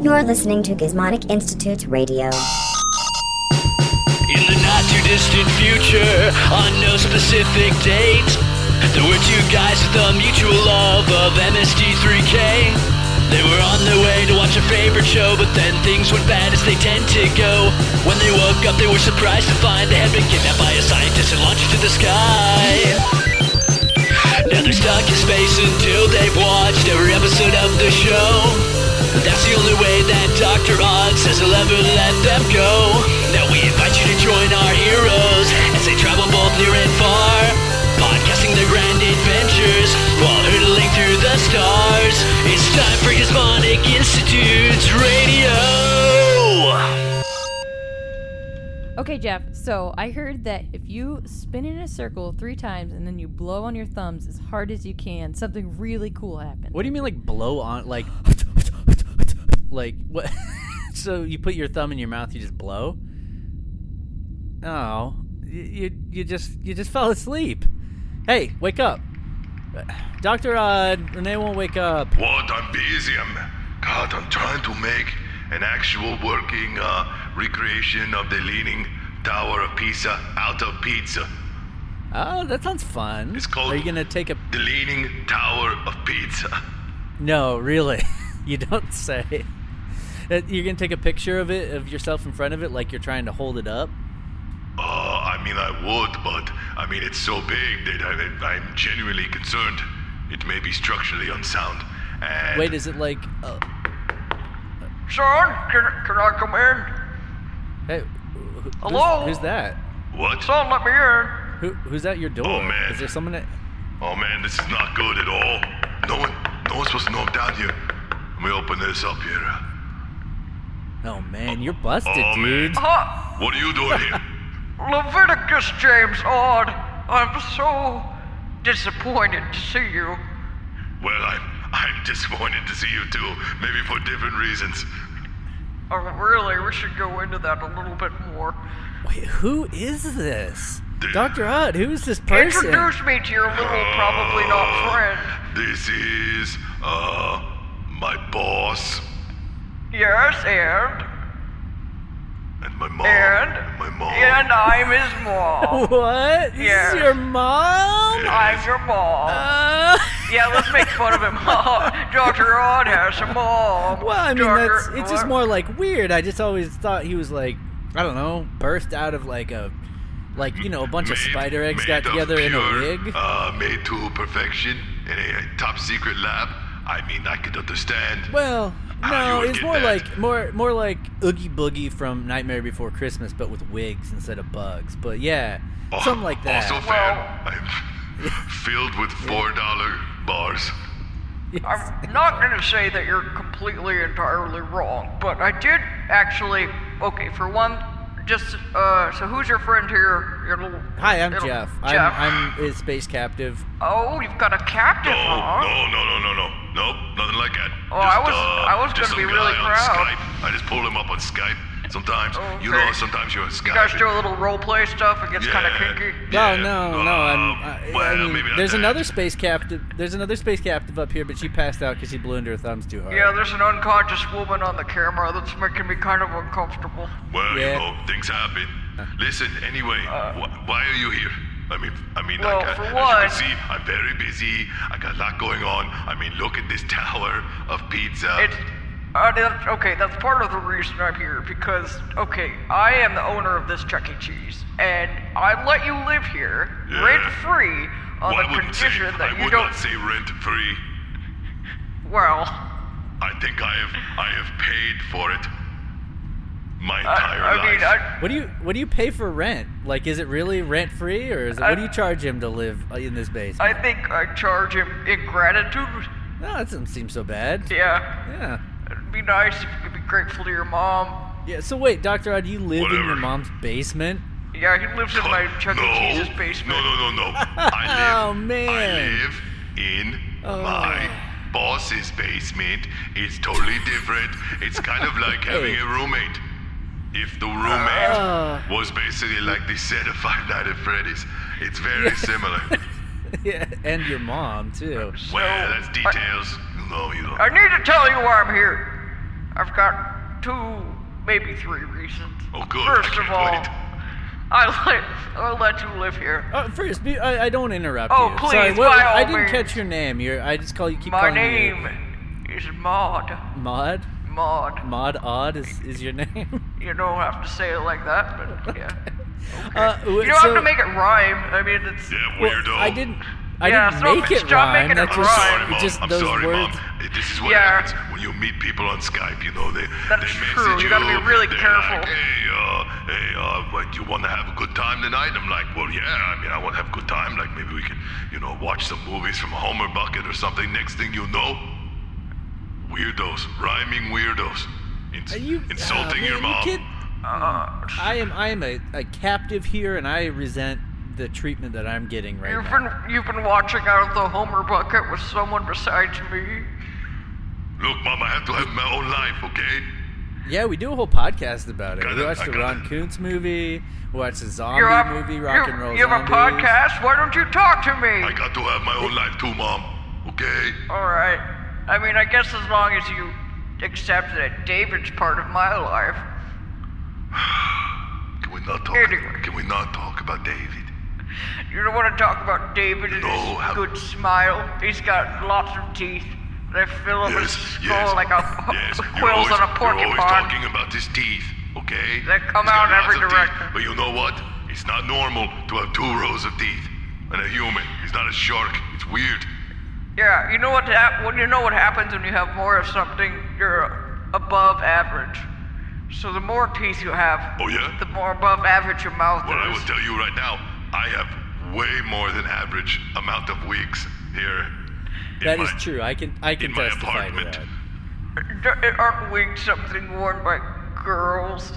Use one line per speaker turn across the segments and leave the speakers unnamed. You're listening to Gizmonic Institute Radio.
In the not too distant future, on no specific date, there were two guys with a mutual love of MSD3K. They were on their way to watch a favorite show, but then things went bad as they tend to go. When they woke up, they were surprised to find they had been kidnapped by a scientist and launched into the sky. Now they're stuck in space until they've watched every episode of the show. That's the only way that Dr. Odd says he'll ever let them go. Now we invite you to join our heroes as they travel both near and far, podcasting their grand adventures while hurtling through the stars. It's time for Gizmonic Institute's radio.
Okay, Jeff. So I heard that if you spin in a circle three times and then you blow on your thumbs as hard as you can, something really cool happens.
What do you mean, like blow on? Like, like what? so you put your thumb in your mouth, you just blow. Oh, you, you you just you just fell asleep. Hey, wake up, Doctor Odd. Renee won't wake up.
What? I'm busy. I'm God. I'm trying to make an actual working uh, recreation of the Leaning Tower of Pisa out of pizza.
Oh, that sounds fun.
It's cold.
Are you gonna take a?
The Leaning Tower of Pizza.
No, really. you don't say. Uh, You're gonna take a picture of it of yourself in front of it, like you're trying to hold it up.
Uh, I mean, I would, but I mean, it's so big that I, that I'm genuinely concerned. It may be structurally unsound. And
Wait, is it like? Uh,
Son, can, can I come in?
hey, wh- who's-
Hello?
Who's that?
what?
Son, let me in.
Who, who's at your door?
Oh, man.
Is there someone at?
Oh man, this is not good at all. No one, no one's supposed to know I'm down here. Let me open this up here.
Oh man, you're busted,
Oh, man.
dude.
Huh?
What are you doing here?
Leviticus James Odd. I'm so disappointed to see you.
well, I'm, I'm disappointed to see you too. Maybe for different reasons.
Oh, really? We should go into that a little bit more.
Wait, who is this?
Dude.
Dr. Odd, who is this person?
Introduce me to your little, probably not friend.
Uh, This is uh my boss
Yes, and
and my mom.
and
my mom.
and I'm his mom.
What? This
Yeah.
is your mom?
I'm your mom.
Uh,
Yeah, let's make fun of him. Doctor Odd has a mom.
well, I mean,
Dr.
that's it's just more like weird. I just always thought he was like, I don't know, burst out of like a, like you know, a bunch of
Made-
spider eggs
made
got
of
together in a
pure,
wig.
Uh, made to perfection in a top secret lab. I mean, I could understand.
Well,
How Ah, you
no,
would
it's
get
more
that?
like more more like Oogie Boogie from Nightmare Before Christmas, but with wigs instead of bugs. But yeah,
Oh,
something like that.
Also, fan,
Well-
I'm filled with four dollar bars.
I'm not going to say that you're completely entirely wrong, but I did actually. Okay, for one, just uh, so who's your friend here? Your little.
Hi, I'm
little-
Jeff.
Jeff.
I'm, I'm a space captive.
oh, you've got a captive,
No,
huh?
no, no, no, no, no, nope, nothing like that.
Oh, I was-
uh,
I was
just
gonna
some
be really
guy
proud.
On Skype. I just pull him up on Skype. Sometimes, you
Okay.
know, sometimes you're on Skype.
You guys do a little role play stuff. It gets kind of kinky.
No,
yeah,
no, no. I'm,
um,
I,
well,
I mean,
maybe not
there's
that.
another space captive. There's another space captive up here, but she passed out because she blew into her thumbs too hard.
Yeah, there's an unconscious woman on the camera that's making me kind of uncomfortable.
Well,
Yeah.
you know, things happen. Listen, anyway, wh- why are you here? I mean, I mean,
Uh. Well,
I, ca-
for
as
one-
you can see, I'm very busy. I got a lot going on. I mean, look at this tower of pizza.
It's uh, that- okay. That's part of the reason I'm here because okay, I am the owner of this Chuck E. Cheese, and I let you live here
Yeah.
rent free
Well,
on
I
the
wouldn't say,
condition that
I
you
would
don't.
not say rent free.
well,
I think I have, I have paid for it. My
I,
entire
I
life.
mean, I,
What do you What do you pay for rent? Like, is it really rent free, or is it,
I-
what do you charge him to live uh, in this basement?
I think I charge him in gratitude.
no, that doesn't seem so bad.
Yeah,
Yeah.
it'd be nice if you could be grateful to your mom.
Yeah. So wait, Doctor Odd, you live in your
Whatever.
mom's basement?
Yeah, he lives in my Chuck
no,
E. Cheese's basement.
No, no, no, no. I live,
Oh, man.
I live in
Oh.
my boss's basement. It's totally different. It's kind of like having a roommate. If the roommate
Ah.
was basically like the set of Five Nights at Freddy's, it's very similar.
yeah. And your mom too.
well, that's details. no, you don't.
I need to tell you why I'm here. I've got two, maybe three reasons.
Oh, good. I
First of
can't
all,
wait.
I let I'll let you live here.
Uh, first, be, I, I don't interrupt
Oh,
you.
please,
Sorry,
by all
I didn't
means.
catch your name. You're, I just call you. Keep
My
calling
name is Maud.
you Mod.
Maud.
Mod Odd is, is your name.
You don't have to say it like that, but yeah.
Uh, w-
You don't
so,
have to make it rhyme. I mean, it's
Yeah,
well,
weirdo.
I didn't. I
Yeah,
didn't
stop-
make it
stop
rhyme.
making it
That's
I'm
just,
sorry, Mom.
just
I'm
those
sorry,
words.
Mom. This is what
Yeah.
happens when you meet people on Skype. You know, they
That's
they message
true. You gotta be really
they're
careful.
Like, hey, uh, hey, uh, what, you want to have a good time tonight? I'm like, well, yeah. I mean, I want to have a good time. Like, maybe we can, you know, watch some movies from Homer Bucket or something. Next thing you know, weirdos, rhyming weirdos, Ins-
Are you
insulting
uh,
your
man,
mom.
you kid-
Uh,
I am. I am a, a captive here, and I resent the treatment that I'm getting right
You've
now.
been you've been watching out of the Homer bucket with someone besides me.
Look, Mom, I have to have my own life, okay?
Yeah, we do a whole podcast about it.
Got
We
it,
watched
I
the
got
Ron
it.
Koontz movie. We watched the zombie
You're a-
movie,
you-
Rock and Roll
You have a
Zombies.
podcast. Why don't you talk to
I
me?
got to have my own life too, Mom. Okay?
All right. I mean, I guess as long as you accept that David's part of my life.
Can we not talk?
Anyway.
Can we not talk about David?
You don't want to talk about David and
No,
his
how-
good smile. He's got lots of teeth. They fill up
Yes,
his skull
yes,
oh, like a
yes.
quills
You're always,
on a
You're
porcupine.
always talking about his teeth, okay?
They come
He's got
out in every
lots of teeth,
direction.
but you know what? It's not normal to have two rows of teeth. And a human. He's not a shark. It's weird.
Yeah, you know what hap- when you know what happens when you have more of something, you're above average. So the more teeth you have,
Oh, yeah?
the more above average your mouth
Well, I will
is.
tell you right now, I have way more than average amount of weeks here. in
That
my-
is true. I can. I can
in my
testify to
apartment.
that.
D- Aren't wigs something worn by girls?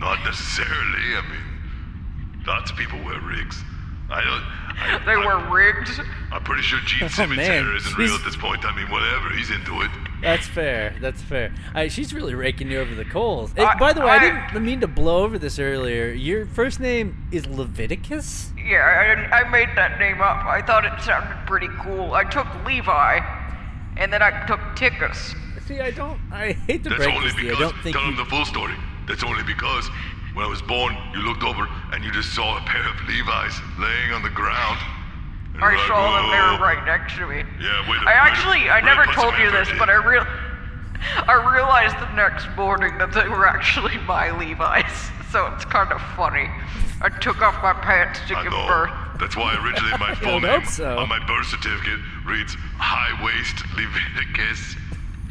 Not necessarily. I mean, lots of people wear rigs. I don't. I,
They
I,
wear rigs.
I'm pretty sure Gene Simmons
Oh, man.
here isn't real
He's-
at this point. I mean, whatever. He's into it.
That's fair. That's fair. I, she's really raking you over the coals.
I-
Hey, by the way, I,
I-
didn't mean to blow over this earlier. Your first name is Leviticus.
Yeah, I, I made that name up. I thought it sounded pretty cool. I took Levi, and then I took Tickus.
See, I don't. I hate to
That's
break
only
this to you. I
because.
don't think
tell him
you,
the full story. That's only because when I was born, you looked over and you just saw a pair of Levi's laying on the ground. And you're
I
like,
saw them. They
"Whoa."
were right next to me.
Yeah, wait a
I actually, I never told you this, but I
really.
real, I realized the next morning that they were actually my Levi's. So it's kind of funny. I took off my pants to
I
give
know.
birth.
That's why originally my full
would
name
hope so.
on my birth certificate reads High Waist Leviticus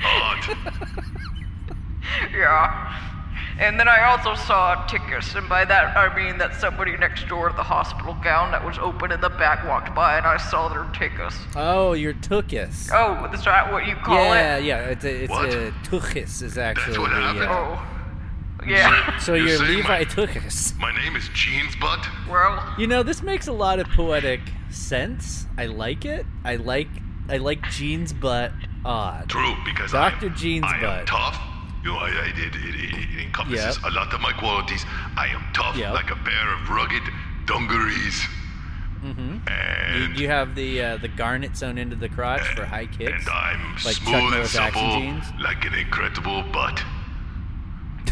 Odd.
Yeah. And then I also saw a tickus, and by that I mean that somebody next door to the hospital gown that was open in the back walked by, and I saw their tickus.
Oh, you're Tuchus.
Oh, is that what you call
yeah,
it?
yeah. It's a, it's
What?
a Tuchus is actually.
what
the,
happened?
uh,
Oh. Yeah.
So
You're
you're,
saying
Levi
my-
Tuchus.
my name is Jeans Butt.
well.
You know, this makes a lot of poetic sense. I like it. I like I like jeans butt odd.
True, because I
Dr.
am,
Jeans
I am
Butt.
tough. You know, I, I, it, it, it, it encompasses
Yep.
a lot of my qualities. I am tough,
Yep.
like a pair of rugged dungarees.
Mm-hmm.
And,
You have the uh, the garnet sewn into the crotch for high kicks.
and I'm
Like Chuck
smooth and
Norris action
supple,
jeans?
like an incredible butt.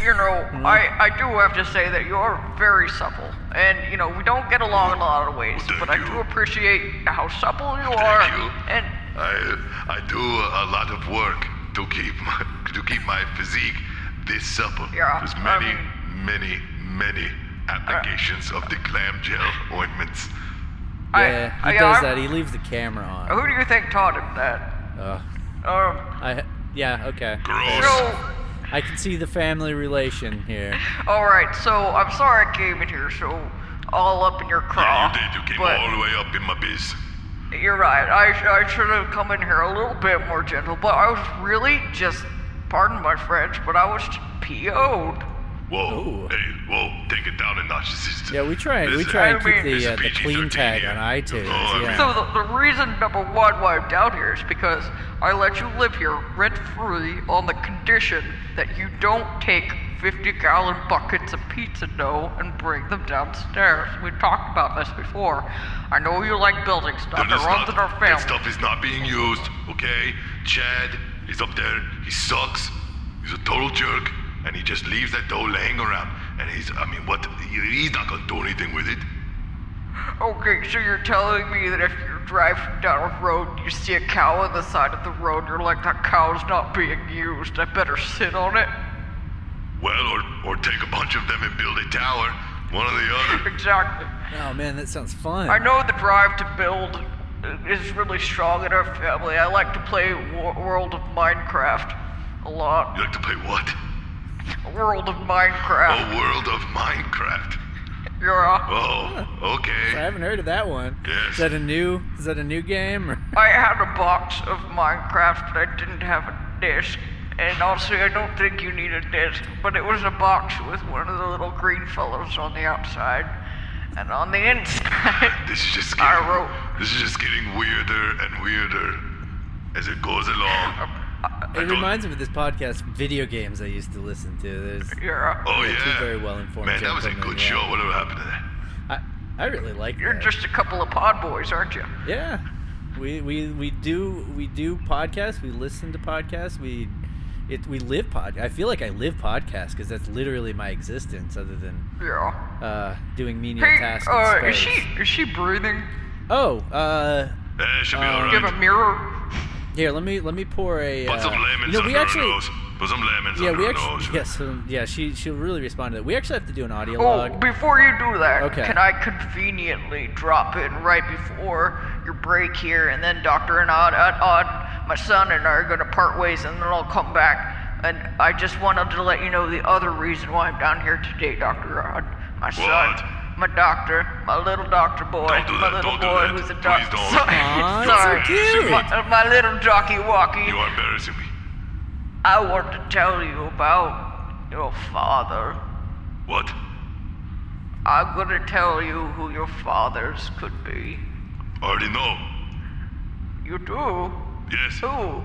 you know,
Mm-hmm.
I, I do have to say that you're very supple. And, you know, we don't get along in a lot of ways,
Thank
but I
you.
do appreciate how supple you
Thank
are.
you.
And,
I I do a lot of work to keep my, to keep my physique this supple.
Yeah,
There's
I
many, many, many applications of the clam gel ointments.
Yeah,
I,
he
I-
does
I-
that. e- He leaves the camera on.
Who do you think taught him that?
Ugh.
Um,
I yeah okay.
Gross.
so,
I can see the family relation here.
alright, so I'm sorry I came in here so all up in your craw.
Yeah, you did. You came
but
all the way up in my biz.
You're right. I, sh- I should have come in here a little bit more gentle, but I was really just, pardon my French, but I was PO'd.
Whoa.
Ooh.
Hey, whoa, take it down a notch. This is-
Yeah, we try we
this-
try
I
and keep
mean-
this is
the uh, the
PG-13
clean tag
here.
on
You
iTunes.
know, I mean-
Yeah.
So the, the reason number one why I'm down here is because I let you live here rent free on the condition that you don't take 50 gallon buckets of pizza dough and bring them downstairs. We talked about this before. I know you like building stuff.
That
It
is
runs
not-
in our
That
family.
stuff is not being used, okay? Chad is up there. He sucks. He's a total jerk, and he just leaves that dough laying around. And he's, I mean, what? he- He's not gonna do anything with it.
Okay, so you're telling me that if you're driving down a road and you see a cow on the side of the road, you're like, that cow's not being used. I better sit on it.
Well, or, or take a bunch of them and build a tower. One or the other.
Exactly.
Oh man, that sounds fun.
I know the drive to build is really strong in our family. I like to play Wo- World of Minecraft a lot.
You like to play what?
World of Minecraft.
A world of Minecraft.
You're a-
Oh,
I
okay.
haven't heard of that one.
Yes.
Is that a new? Is that a new game? Or?
I had a box of Minecraft, but I didn't have a disc. And honestly, I don't think you need a disc, but it was a box with one of the little green fellows on the outside. And on the inside,
This is just
I
getting,
wrote.
this is just getting weirder and weirder as it goes along.
It reminds me of this podcast, video games I used to listen to. There's,
You're a-
Oh
Yeah,
yeah.
two very well-informed
Man, that was a
gentlemen,
good
yeah.
show. Whatever happened to that?
I, I really like.
You're
that.
just a couple of pod boys, aren't you?
Yeah, we, we we do we do podcasts. We listen to podcasts. We it we live pod. I feel like I live podcasts because that's literally my existence, other than
Yeah.
uh, doing menial
Hey,
tasks. in
uh,
space.
is she is she breathing?
Oh, uh,
Eh, it should be
Uh,
Do you
alright.
have a mirror?
here let me let me pour a.
Put
uh,
some
you
lemons
know,
under
we actually.
her nose. Put some lemons
Yeah,
under
we
her
actually.
nose.
Yes, um, yeah. She she'll really respond to that. We actually have to do an audio
Oh,
log.
before you do that,
Okay.
can I conveniently drop in right before your break here, and then Doctor and Odd, Odd, Odd, my son and I are gonna part ways, and then I'll come back. And I just wanted to let you know the other reason why I'm down here today, Doctor Odd, my
What?
son. My doctor, my little doctor boy,
Don't do
my
that,
little
don't do
boy
that.
who's a
Please
doctor.
don't.
Aw,
Sorry,
that's so
sorry.
cute.
My, uh, my little jockey walkie.
You are embarrassing me.
I want to tell you about your father.
What?
I'm gonna tell you who your fathers could be.
Already know.
You do?
Yes.
Who?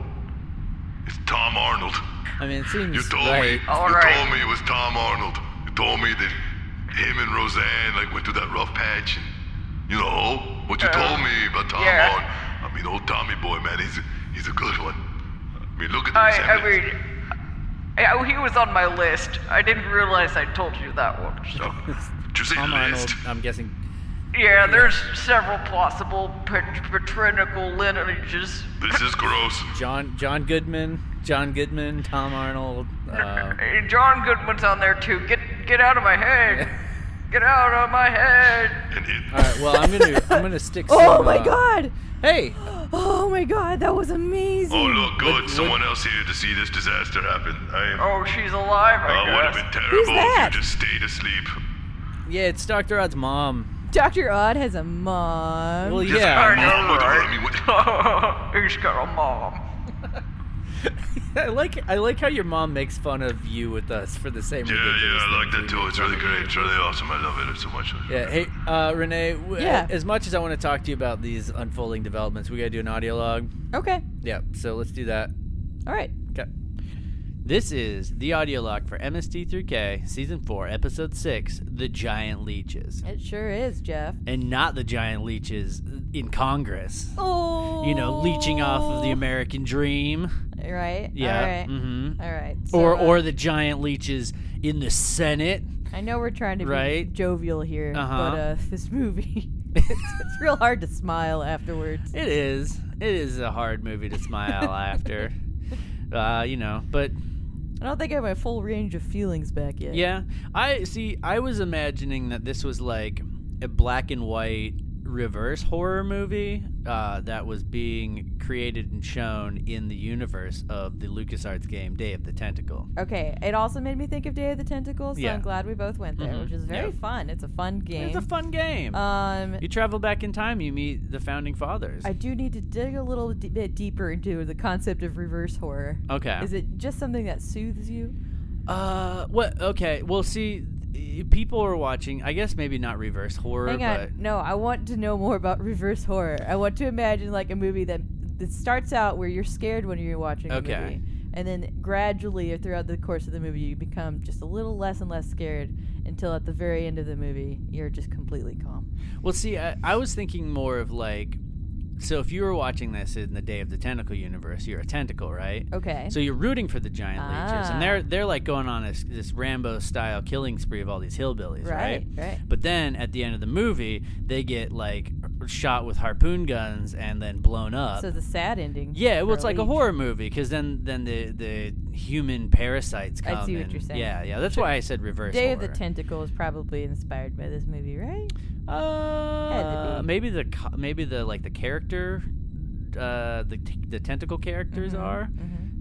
It's Tom Arnold.
I mean, it seems
You told
right.
me.
All
you
right.
told me it was Tom Arnold. You told me that him and Roseanne like went through that rough patch, and you know what you
Uh,
told me about Tom
yeah.
Arnold. I mean, old Tommy boy, man, he's a, he's a good one. I mean, look at the
I, I
resemblance.
mean, yeah, he was on my list. I didn't realize I told you that one. So.
Oh, Did you say
Tom Arnold.
list?
I'm guessing.
Yeah, there's several possible pat- patrinical lineages.
This is gross.
John John Goodman, John Goodman, Tom Arnold. Uh,
Hey, John Goodman's on there too. Get get out of my head. Get out of my head.
And it,
all right, well, I'm gonna I'm gonna stick.
Oh
some,
my
uh,
god!
Hey,
Oh my god, that was amazing.
oh look, good.
What-
Someone else here to see this disaster happen. I am.
Oh, she's alive,
uh, would
I
have
guess.
been terrible
that?
if you just stayed asleep.
yeah, it's Doctor Odd's mom.
Dr. Odd has a mom.
Well,
Just
I
yeah,
like my
know,
mom would have.
right?
I mean, what-
He's got a mom.
I like I like how your mom makes fun of you with us for the same.
Yeah,
ridiculous
yeah, I like
things
that
we make
too. It's
fun
really
of.
great. It's really awesome. I love it so much.
Yeah. Hey, uh, Renee. W-
Yeah.
As much as I want to talk to you about these unfolding developments, we gotta do an audio log.
Okay.
Yeah. So let's do that.
All right.
Okay. This is the audio log for MST3K Season 4, Episode 6 The Giant Leeches.
It sure is, Jeff.
And not the giant leeches in Congress.
Oh.
You know, leeching off of the American dream.
Right?
Yeah.
All right.
Mm-hmm.
All right. So,
Or,
uh,
or the giant leeches in the Senate.
I know we're trying to be
Right?
jovial here,
Uh-huh.
but uh, this movie, it's, it's real hard to smile afterwards.
It is. It is a hard movie to smile after. Uh, you know, but
I don't think I have my full range of feelings back yet.
Yeah. I see I was imagining that this was like a black and white reverse horror movie uh, that was being created and shown in the universe of the LucasArts game Day of the Tentacle.
Okay. It also made me think of Day of the Tentacle, so
Yeah.
I'm glad we both went there,
Mhm.
which is very
Yeah.
fun. It's a fun game.
It's a fun game.
um,
you travel back in time, you meet the founding fathers.
I do need to dig a little d- bit deeper into the concept of reverse horror.
okay.
Is it just something that soothes you?
uh what okay, well see i- people are watching, I guess maybe not reverse horror,
Hang on.
but
No, I want to know more about reverse horror. I want to imagine like a movie that that starts out where you're scared when you're watching a
Okay.
movie. And then gradually or throughout the course of the movie you become just a little less and less scared until at the very end of the movie you're just completely calm.
Well, see, I, I was thinking more of like so if you were watching this in the Day of the Tentacle universe, you're a tentacle, right?
Okay.
So you're rooting for the giant leeches,
Ah.
and they're they're like going on this, this Rambo style killing spree of all these hillbillies, right?
Right, right.
But then at the end of the movie, they get like shot with harpoon guns and then blown up.
so the sad ending.
uh, yeah,
for
well, it's like a
Leech.
horror movie because then then the the human parasites
I
come.
see what
and-
you're saying.
Yeah, yeah. That's why I said reverse.
Day of the
horror.
Tentacle is probably inspired by this movie, right?
Uh,
be.
maybe the co- maybe the like the character, uh, the t- the tentacle characters
Mm-hmm,
are,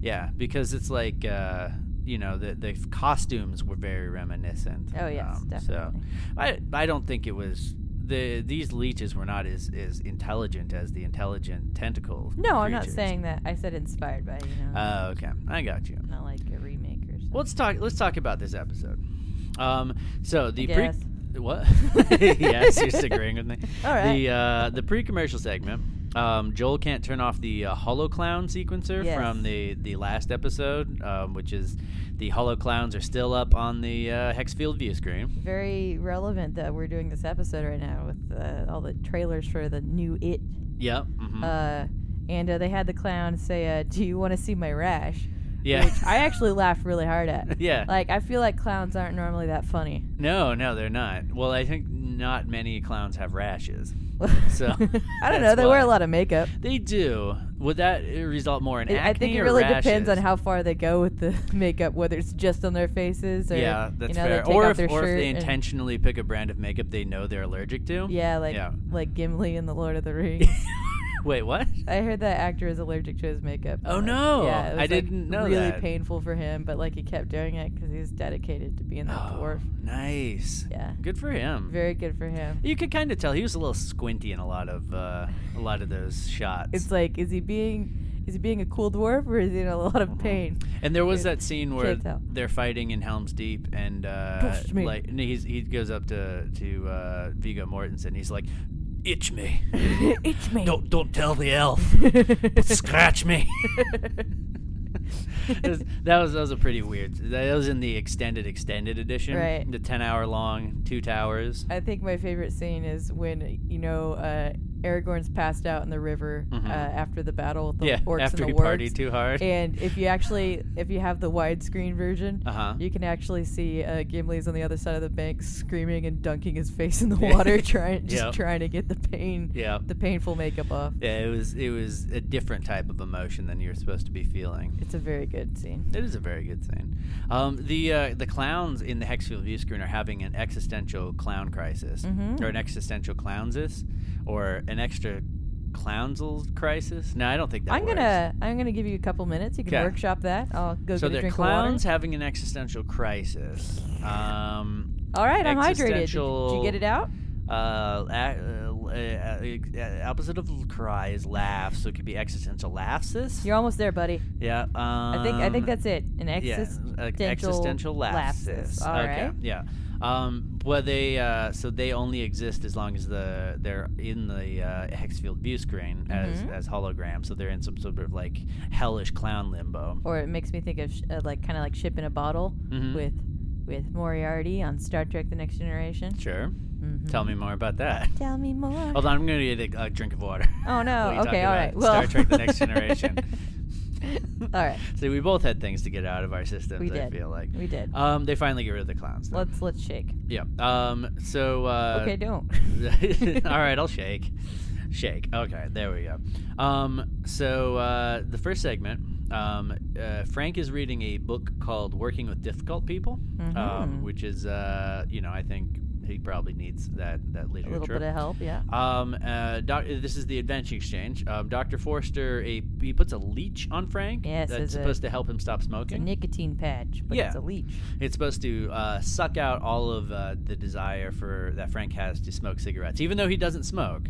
yeah, because it's like uh, you know the the f- costumes were very reminiscent. Um,
Oh, yes,
So,
definitely.
I I don't think it was the these leeches were not as as intelligent as the intelligent tentacle.
No, I'm not
creatures.
saying that. I said inspired by, you know.
Oh, okay, I got you.
not like a remake or something.
Well, let's talk. Let's talk about this episode. Um, so the pre
guess.
what? yes, you're just agreeing with me.
All right.
The uh, the pre-commercial segment. Um, Joel can't turn off the uh, Hollow Clown sequencer
Yes.
from the the last episode, um, which is the Hollow Clowns are still up on the uh, hex field view screen.
Very relevant that we're doing this episode right now with uh, all the trailers for the new It.
Yep. mhm.
Uh, and uh, they had the clown say, uh, Do you want to see my rash?
yeah.
Which I actually laughed really hard at.
Yeah.
Like, I feel like clowns aren't normally that funny.
no, no, they're not. Well, I think not many clowns have rashes. So,
I don't know.
that's
They wear
why.
a lot of makeup.
They do. Would that result more in
It-
acne
I think it
or
really depends on
rashes?
how far they go with the makeup, whether it's just on their faces or
yeah, that's
you know,
fair.
They take
or
off
if,
their
or if
shirt
they
and-
intentionally pick a brand of makeup they know they're allergic to.
yeah, like
Yeah.
like Gimli in the Lord of the Rings.
Wait, what?
I heard that actor is allergic to his makeup.
Oh,
Like,
no.
Yeah, it was,
I
like,
didn't know
Really
that.
painful for him, but like he kept doing it because he's dedicated to being that dwarf.
Oh, nice.
Yeah.
Good for him.
Very good for him.
you could kind of tell he was a little squinty in a lot of uh, a lot of those shots.
It's like, is he being is he being a cool dwarf or is he in a lot
Uh-huh.
of pain?
and there was
Yeah.
that scene where
Can't tell.
they're fighting in Helm's Deep, and uh,
Push me.
like and he's, he goes up to to uh, Vigo Mortensen. He's like, "Itch me,
Itch me.
don't don't tell the elf, but scratch me." It was- that was that was a pretty weird. That was in the extended extended edition,
Right.
The ten hour long two towers.
I think my favorite scene is when you know uh, Aragorn's passed out in the river uh, after the battle with the
Mm-hmm. yeah,
orcs
after
and
he
the wargs.
partied too hard.
And if you actually, if you have the widescreen version,
Uh-huh.
you can actually see uh, Gimli's on the other side of the bank screaming and dunking his face in the water, trying just
Yeah.
trying to get the pain,
Yeah.
the painful makeup off.
yeah, it was it was a different type of emotion than you're supposed to be feeling.
It's a very good scene.
It is a very good scene. Um, the uh, the clowns in the Hexfield view screen are having an existential clown crisis,
Mm-hmm.
or an existential clownsis, or an extra clownsel crisis. No, I don't think that.
I'm
works.
gonna I'm gonna give you a couple minutes. You can
'Kay.
workshop that. I'll go get
So
a
they're
drink
clowns
of water.
having an existential crisis. Um,
All right, I'm hydrated. Did you- Did
existential-
you get it out?
uh, a- uh, uh, uh, opposite of cry is laugh, so it could be existential laughsis.
You're almost there, buddy.
Yeah.
I
Um,
think I think that's it. An existential,
yeah, e- existential lapses.
All
okay.
right.
Yeah. Um, well, they uh, so they only exist as long as the they're in the uh, Hexfield view screen as
Mm-hmm.
as holograms. So they're in some sort of like hellish clown limbo.
Or it makes me think of sh- uh, like kind of like ship in a bottle
Mm-hmm.
with with Moriarty on Star Trek: The Next Generation.
Sure.
Mm-hmm.
Tell me more about that.
Tell me more.
Hold on, I'm gonna get a, a drink of water.
Oh, no.
While you
Okay,
talk
all
about
right.
Star
Well-
Trek: The Next Generation.
All right.
So we both had things to get out of our systems.
We
I
did.
feel like
We did.
Um, they finally get rid of the clowns. Though.
let's let's shake.
Yeah. Um. So. Uh,
okay, don't.
all right, I'll shake. Shake. Okay, there we go. Um, so uh, the first segment, um, uh, Frank is reading a book called "Working with Difficult People,"
Mm-hmm.
um, which is, uh, you know, I think he probably needs that that
a
literature.
little bit of help, yeah.
Um, uh, doc- this is the Adventure Exchange. Um, Doctor Forster, a, he puts a leech on Frank.
Yes,
that's
as a-
supposed to help him stop
It's a
smoking.
nicotine patch, but it's
Yeah.
a leech.
It's supposed to uh, suck out all of uh, the desire for that Frank has to smoke cigarettes, even though he doesn't smoke.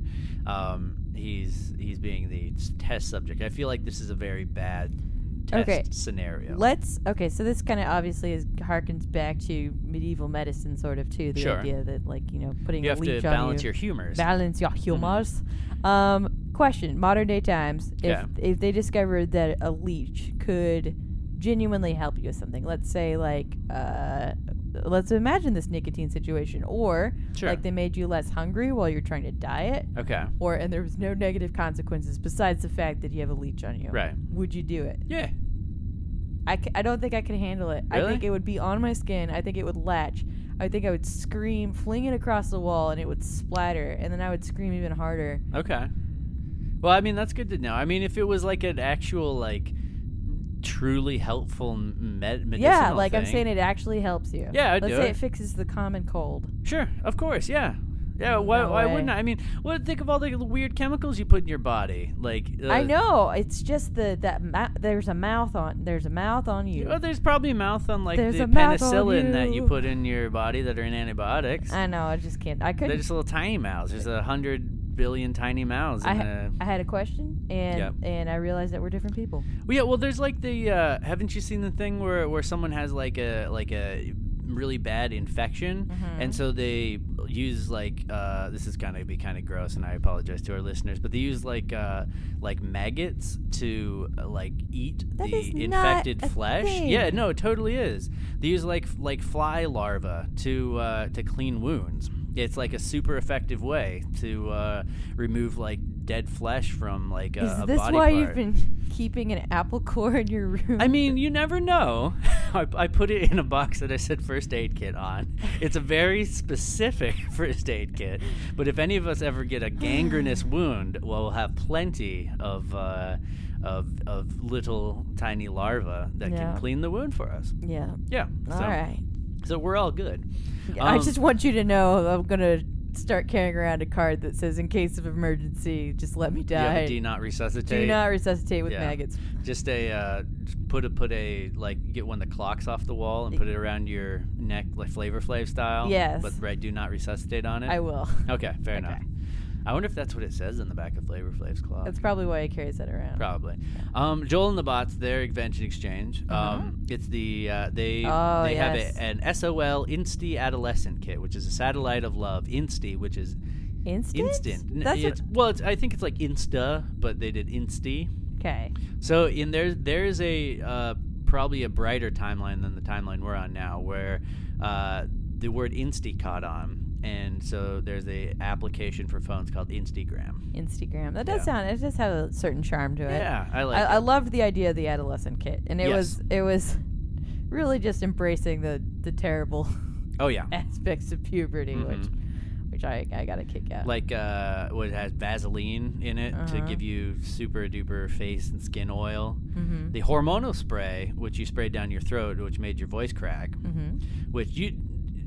Um, he's he's being the s- test subject. I feel like this is a very bad test
Okay.
scenario.
Let's okay, so this kind of obviously is harkens back to medieval medicine, sort of too. The
Sure.
idea that like you know putting
you
a
have to
leech on
balance
you-
your humors.
balance
Mm-hmm.
your humors. Um, question: Modern day times, if
Yeah.
if they discovered that a leech could genuinely help you with something. Let's say like uh, let's imagine this nicotine situation, or
Sure.
like they made you less hungry while you're trying to diet,
Okay.
or and there was no negative consequences besides the fact that you have a leech on you.
Right.
Would you do it?
Yeah.
I, c- I don't think I could handle it. I
Really?
think it would be on my skin. I think it would latch. I think I would scream, fling it across the wall, and it would splatter. And then I would scream even harder.
Okay. Well, I mean, that's good to know. I mean, if it was like an actual, like, truly helpful med- medicinal
yeah, like I'm
thing-
saying, it actually helps you.
Yeah, I'd
Let's
do
say
it.
it fixes the common cold.
Sure, of course, yeah. Yeah, why,
No
why
way.
wouldn't I? I mean, well, think of all the weird chemicals you put in your body. Like, uh,
I know. It's just the that ma- there's a mouth on there's a mouth on you.
Oh, there's probably a mouth on like
There's
the
a mouth on
penicillin that you
you.
put in your body that are in antibiotics.
I know. I just can't. I
They're
couldn't.
just little tiny mouths. There's a hundred billion tiny mouths.
I,
in
ha-
a-
I had a question, and
Yeah.
and I realized that we're different people.
Well, yeah, well, there's like the uh, haven't you seen the thing where where someone has like a like a really bad infection,
Mm-hmm.
and so they use like uh, this is gonna be kind of gross, and I apologize to our listeners, but they use like uh, like maggots to uh, like eat
That
the
is not
infected
a
flesh.
thing.
Yeah, no, it totally is. They use like f- like fly larvae to uh, to clean wounds. It's like a super effective way to uh, remove like dead flesh from like a,
Is
a
this
body
why
part.
you've been keeping an apple core in your room?
I mean, you never know. I, I put it in a box that I said first aid kit on. It's a very specific first aid kit. But if any of us ever get a gangrenous wound, well, we'll have plenty of uh, of, of little tiny larvae that
Yeah.
can clean the wound for us.
yeah.
Yeah. So,
All right.
So we're all good.
I
Um,
just want you to know I'm gonna start carrying around a card that says, "In case of emergency, just let me
Yeah,
die.
but do not resuscitate.
Do not resuscitate with
Yeah.
maggots."
Just a uh, just put a put a like get one of the clocks off the wall and put it around your neck like Flavor Flav style.
Yes.
But right, do not resuscitate on it.
I will.
Okay, fair
Okay.
enough. I wonder if that's what it says in the back of Flavor Flav's clock.
That's probably why he carries that around.
Probably. Um, Joel and the Bots, their invention exchange. Um, it's the uh, they
Uh-huh. Oh,
they
yes.
have a, an SOL Insti Adolescent Kit, which is a satellite of love. Insti, which is
Instant.
instant. N-
That's
it's,
what,
well, it's, I think it's like Insta, but they did Insti.
okay.
So in there, there is a uh, probably a brighter timeline than the timeline we're on now, where uh, the word Insti caught on, and so there's a application for phones called Instagram.
Instagram. That does
Yeah.
sound. It does have a certain charm to it.
Yeah, I like.
I,
it.
I loved the idea of the adolescent kit, and it
Yes.
was it was really just embracing the the terrible
oh yeah,
aspects of puberty, which which I I got a kick out.
Mm-hmm. like uh, what has Vaseline in it to
Uh-huh.
give you super duper face and skin oil.
mm-hmm.
The hormonal spray, which you sprayed down your throat, which made your voice crack,
Mm-hmm.
which you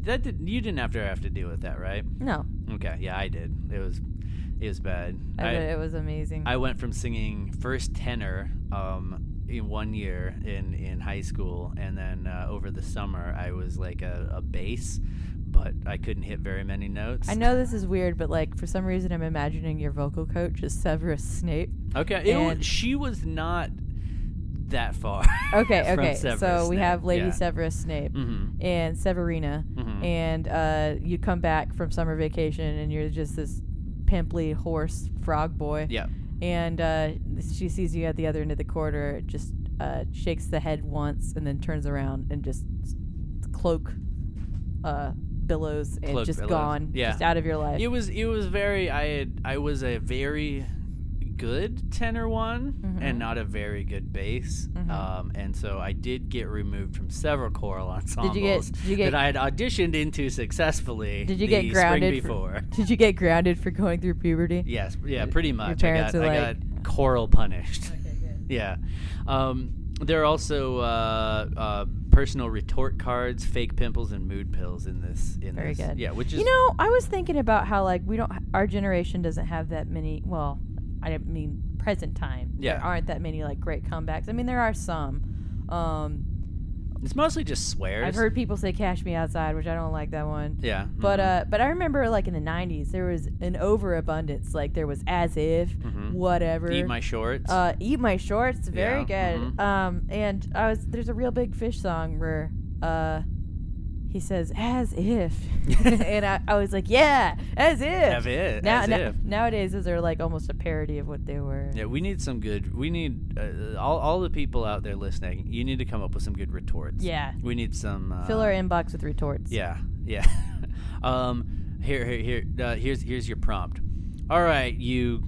that did, you didn't have to have to deal with that, right?
No,
Okay, yeah, I did. It was it was bad.
I, thought it was amazing.
I went from singing first tenor um, in one year in, in high school, and then uh, over the summer I was like a, a bass, but I couldn't hit very many notes.
I know this is weird, but like for some reason, I'm imagining your vocal coach is Severus Snape.
Okay, it wa-
And-
she was not that far.
Okay,
from
okay.
Severus
So we
Snape,
have Lady
yeah.
Severus Snape
Mhm,
and Severina,
mhm.
and uh, you come back from summer vacation, and you're just this pimply horse frog boy.
Yeah.
And uh, she sees you at the other end of the corridor, just uh, shakes the head once, and then turns around and just cloak uh, billows and
Cloak
just
billows.
gone,
Yeah.
just out of your life.
It was it was very I had I was a very good tenor one
Mm-hmm.
and not a very good bass. Um, and so I did get removed from several choral ensembles
you get- did you get-
that I had auditioned into successfully.
Did you
the
get grounded
spring
for-
before?
Did you get grounded for going through puberty?
Yes, yeah, pretty much. I
parents
got,
are
I got choral punished. yeah. Um, there are also uh, uh, personal retort cards, fake pimples, and mood pills in this. In
Very
this.
good.
Yeah, which is
You know, I was thinking about how like we don't our generation doesn't have that many. Well, I don't mean present time.
Yeah.
There aren't that many like great comebacks. I mean, there are some. Um,
it's mostly just swears.
I've heard people say "Cash Me Outside," which I don't like that one.
Yeah. mm-hmm.
But uh, but I remember like in the '90s there was an overabundance. Like there was "As If," whatever.
Eat Mm-hmm. my shorts.
Uh, eat my shorts. Very
Yeah, Mm-hmm.
good. Um, and I was there's a real big fish song where uh, he says, as if. and I, I was like, yeah, as if.
As if,
Now,
as
na-
if.
Nowadays, those are like almost a parody of what they were.
Yeah, we need some good. We need uh, all all the people out there listening. You need to come up with some good retorts.
Yeah.
we need some uh,
Fill our inbox with retorts.
Yeah, yeah. um, here, here, here. Uh, here's here's your prompt. All right, you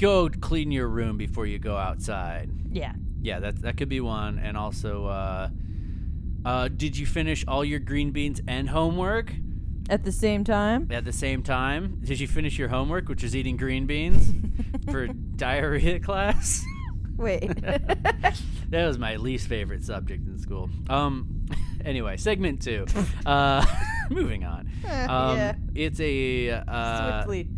go clean your room before you go outside.
Yeah.
Yeah, that that could be one. And also, uh, uh, did you finish all your green beans and homework
At the same time,
at the same time? Did you finish your homework, which is eating green beans, for diarrhea class?
wait.
That was my least favorite subject in school. Um, anyway, segment two. Uh, moving on.
Eh,
Um,
Yeah.
It's a uh,
Swiftly,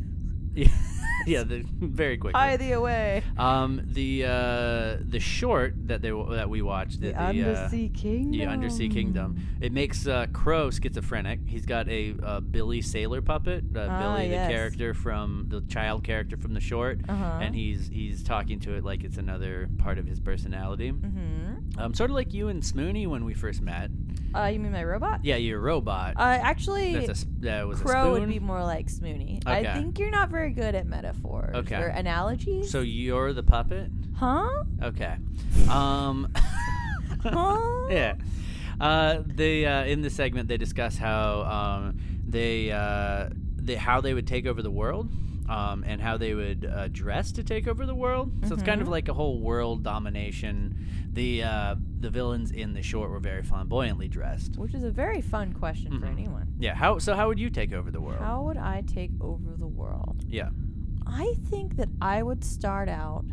Yeah, yeah the, very quickly.
hie thee away.
um, the uh, the short that they that we watched
The,
that
undersea kingdom.
uh, the undersea kingdom. It makes uh, Crow schizophrenic. He's got a, uh Billy Sailor puppet. Uh,
Ah,
Billy,
yes.
the character from the child character from the short,
Uh-huh.
and he's he's talking to it like it's another part of his personality.
Mm-hmm.
Um, sort of like you and Smooney when we first met.
Uh, you mean my robot?
Yeah, you're a robot.
Uh, actually,
That's a s that was
Crow
a
would
spoon.
be more like Smooney. I
Okay.
think you're not very good at metaphors
Okay.
or analogies.
so you're the puppet.
huh?
Okay. Um.
Huh?
yeah. Uh, they uh, in the segment they discuss how um, they uh, they how they would take over the world. Um, and how they would uh, dress to take over the world. So it's kind of like a whole world domination. The uh, the villains in the short were very flamboyantly dressed.
Which is a very fun question for
Mhm.
anyone.
Yeah. How so? How would you take over the world?
How would I take over the world?
Yeah.
I think that I would start out.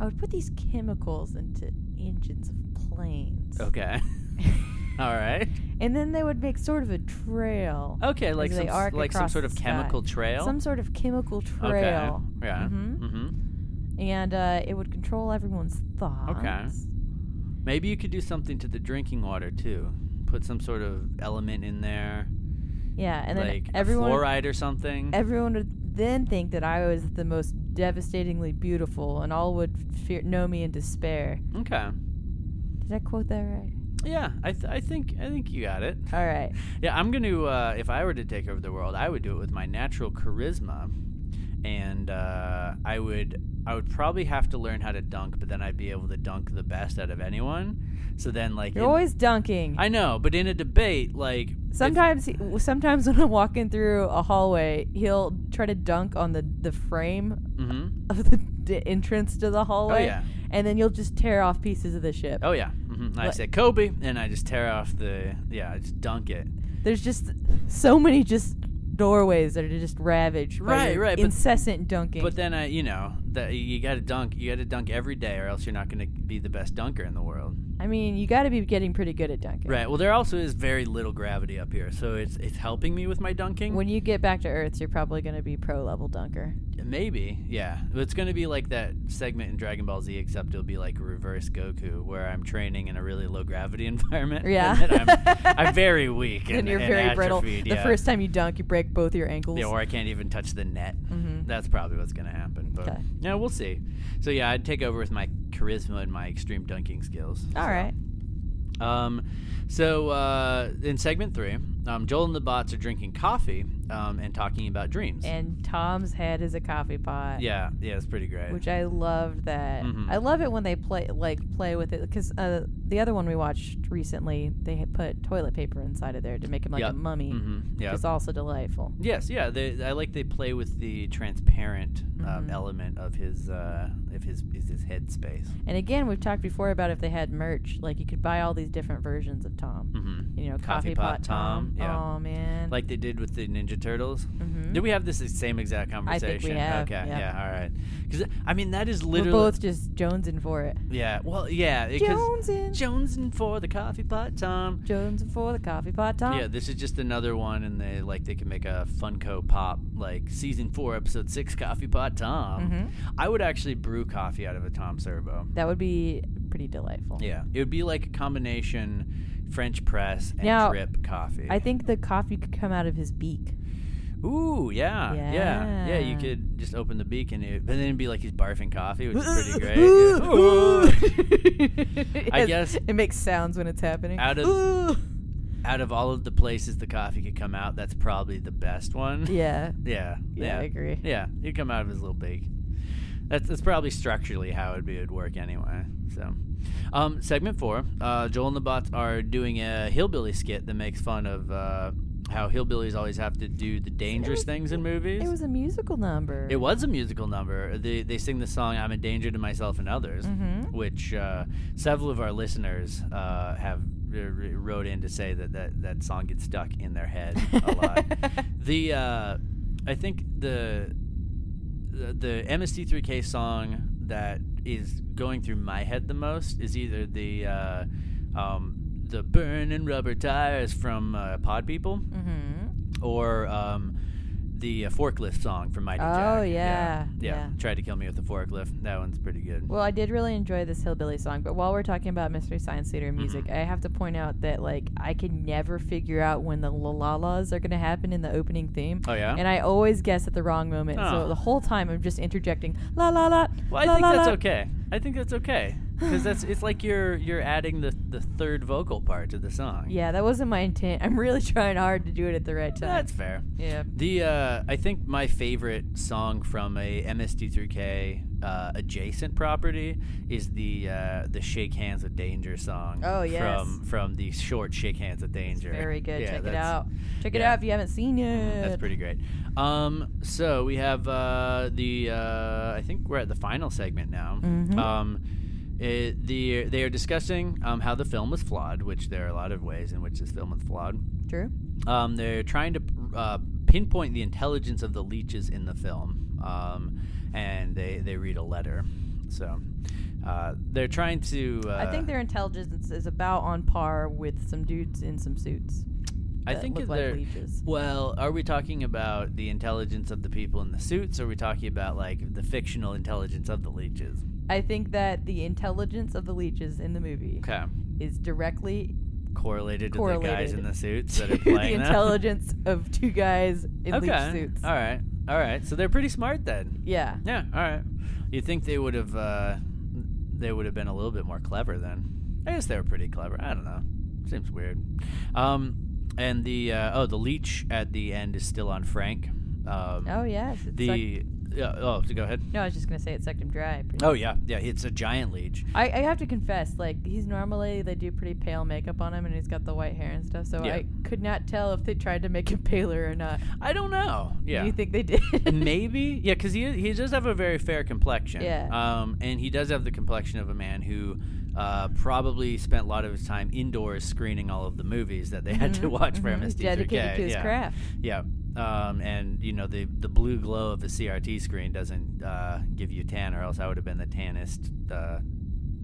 I would put these chemicals into engines of planes.
Okay. All right.
And then they would make sort of a trail.
Okay, like
they
some
arc
like some
across
sort
the
of
sky.
chemical trail.
Some sort of chemical
okay.
trail.
Yeah.
Mhm.
Mhm.
And uh, it would control everyone's thoughts.
Maybe you could do something to the drinking water too. Put some sort of element in there,
Yeah, and then
like
everyone
fluoride or something.
everyone would then think that I was the most devastatingly beautiful, and all would fear, know me in despair.
okay.
Did I quote that right?
Yeah, I, th- I think I think you got it.
All right.
Yeah, I'm going to uh, if I were to take over the world, I would do it with my natural charisma and uh, I would I would probably have to learn how to dunk, but then I'd be able to dunk the best out of anyone. So then like
You're
in-
always dunking.
I know, but in a debate, like if-
sometimes, he, w- sometimes when I'm walking through a hallway, he'll try to dunk on the the frame
Mhm.
of the d- entrance to the hallway.
Oh, yeah.
And then you'll just tear off pieces of the ship.
Oh yeah, hmm I
Like-
say Kobe, and I just tear off the yeah, I just dunk it.
There's just so many just doorways that are just ravaged. by
Right,
your
right, but-
Incessant dunking.
But then I, you know, that you got to dunk, you got to dunk every day, or else you're not going to be the best dunker in the world.
I mean, you got to be getting pretty good at dunking.
Right. Well, there also is very little gravity up here, so it's it's helping me with my dunking.
When you get back to Earth, you're probably going to be pro level dunker.
Maybe, yeah. But It's going to be like that segment in Dragon Ball Z, except it'll be like reverse Goku, where I'm training in a really low gravity environment. and
Yeah.
then I'm, I'm very weak and,
And you're
and
very brittle.
atrophied,
The
yeah.
first time you dunk, you break both your ankles.
Yeah, or I can't even touch the net. That's probably what's going to happen. But
Mm-hmm. Okay.
yeah, we'll see. So yeah, I'd take over with my charisma and my extreme dunking skills.
All
so.
right.
Um, so uh, in segment three, um, Joel and the bots are drinking coffee um, and talking about dreams.
And Tom's head is a coffee pot.
yeah, yeah, it's pretty great.
Which I loved that.
Mhm.
I love it when they play like play with it because uh, the other one we watched recently, they had put toilet paper inside of there to make him like
Yep.
a mummy.
Mhm, yeah.
It's also delightful.
Yes, yeah. They, I like they play with the transparent
Mm-hmm.
um, element of his uh, of his is his head space.
And again, we've talked before about if they had merch, like you could buy all these different versions of Tom.
Mhm.
You know, coffee,
Coffee Pot
pot,
Tom, yeah.
Oh man.
like they did with the Ninja Turtles. Did we have this same exact
Mm-hmm. I
conversation?
think we have,
Okay,
yeah.
yeah, all right. Because I mean, that is
we're
literally
both just jonesing for it.
yeah. Well, yeah, because
Jonesing,
Jonesing for the coffee pot, Tom.
jonesing for the coffee pot Tom.
Yeah, this is just another one, and they like they can make a Funko Pop like season four, episode six, coffee pot Tom. I would actually brew coffee out of a Tom Servo.
Mm-hmm. That would be pretty delightful.
Yeah, it would be like a combination French press and
Now,
drip coffee.
I think the coffee could come out of his beak.
Ooh, yeah, yeah, yeah. you
Yeah.
could just open the beak and it, but then it'd be like he's barfing coffee, which is pretty great. Yeah.
Ooh.
I I guess
it makes sounds when it's happening.
Out of-
Ooh.
out of all of the places the coffee could come out, that's probably the best one.
yeah,
Yeah.
Yeah, I agree.
Yeah, he'd come out of his little beak. That's that's probably structurally how it'd be it'd work anyway. So, um, segment four, uh, Joel and the bots are doing a hillbilly skit that makes fun of uh, how hillbillies always have to do the dangerous things in movies.
it was a musical number.
It was a musical number. They, they sing the song "I'm a Danger to Myself and Others," which uh, several of our listeners uh, have r- r- wrote in to say that, that that song gets stuck in their head a lot. the uh, I think the the, the MST3K song that is going through my head the most is either the uh, um, the burning rubber tires from uh, Pod People,
Mm-hmm.
or um, the uh, forklift song from Mighty Jack.
Oh, yeah,
yeah,
yeah.
Tried to kill me with the forklift. That one's pretty good.
Well, I did really enjoy this hillbilly song, but while we're talking about Mystery Science
Mm-hmm.
Theater music, I have to point out that like I can never figure out when the la la las are going to happen in the opening theme.
Oh, yeah?
and I always guess at the wrong moment.
Oh.
So the whole time I'm just interjecting la la la.
Well, I
la,
think
la,
that's
la.
okay. I think that's okay because that's it's like you're you're adding the the third vocal part to the song.
Yeah, that wasn't my intent. I'm really trying hard to do it at the right time.
that's fair.
yeah.
The uh, I think my favorite song from a MSD3K uh, adjacent property is the uh, the Shake Hands with Danger song.
Oh, yes.
from from the short Shake Hands with Danger.
Very good.
Yeah,
Check it
that's-
out. Check it
yeah.
out if you haven't seen it.
That's pretty great. Um, so we have uh, the uh, I think we're at the final segment now.
Mm-hmm.
Um, it, the they are discussing um, how the film was flawed, which there are a lot of ways in which this film was flawed.
true.
Um, they're trying to uh, pinpoint the intelligence of the leeches in the film, um, and they they read a letter. So uh, they're trying to. Uh,
I think their intelligence is about on par with some dudes in some suits.
I
that
think
look
it-
like
they're-
leeches.
Well, are we talking about the intelligence of the people in the suits? Or are we talking about like the fictional intelligence of the leeches?
I think that the intelligence of the leeches in the movie
Okay,
is directly
correlated to the guys
Correlated
in the suits
to
that are
the
playing them?
intelligence of two guys in
okay,
leech suits.
all right, all right. So they're pretty smart then.
Yeah.
Yeah, all right. You think they would have uh, they would have been a little bit more clever then? I guess they were pretty clever. I don't know. Seems weird. Um, and the uh, oh, the leech at the end is still on Frank. Um,
Oh yes. It sucked-
the yeah, oh, go ahead.
no, I was just gonna say it sucked him dry. pretty
Oh yeah, yeah. It's a giant leech.
I, I have to confess, like he's normally they do pretty pale makeup on him, and he's got the white hair and stuff. So
Yeah.
I could not tell if they tried to make him paler or not.
I don't know. Yeah.
Do you think they did?
Maybe, yeah, because he he does have a very fair complexion.
Yeah.
Um, and he does have the complexion of a man who, uh, probably spent a lot of his time indoors screening all of the movies that they had to watch for MST3K.
Mm-hmm. dedicated to his
yeah.
craft.
Yeah. Um, and you know the the blue glow of the CRT screen doesn't uh, give you tan, or else I would have been the tannest. Uh,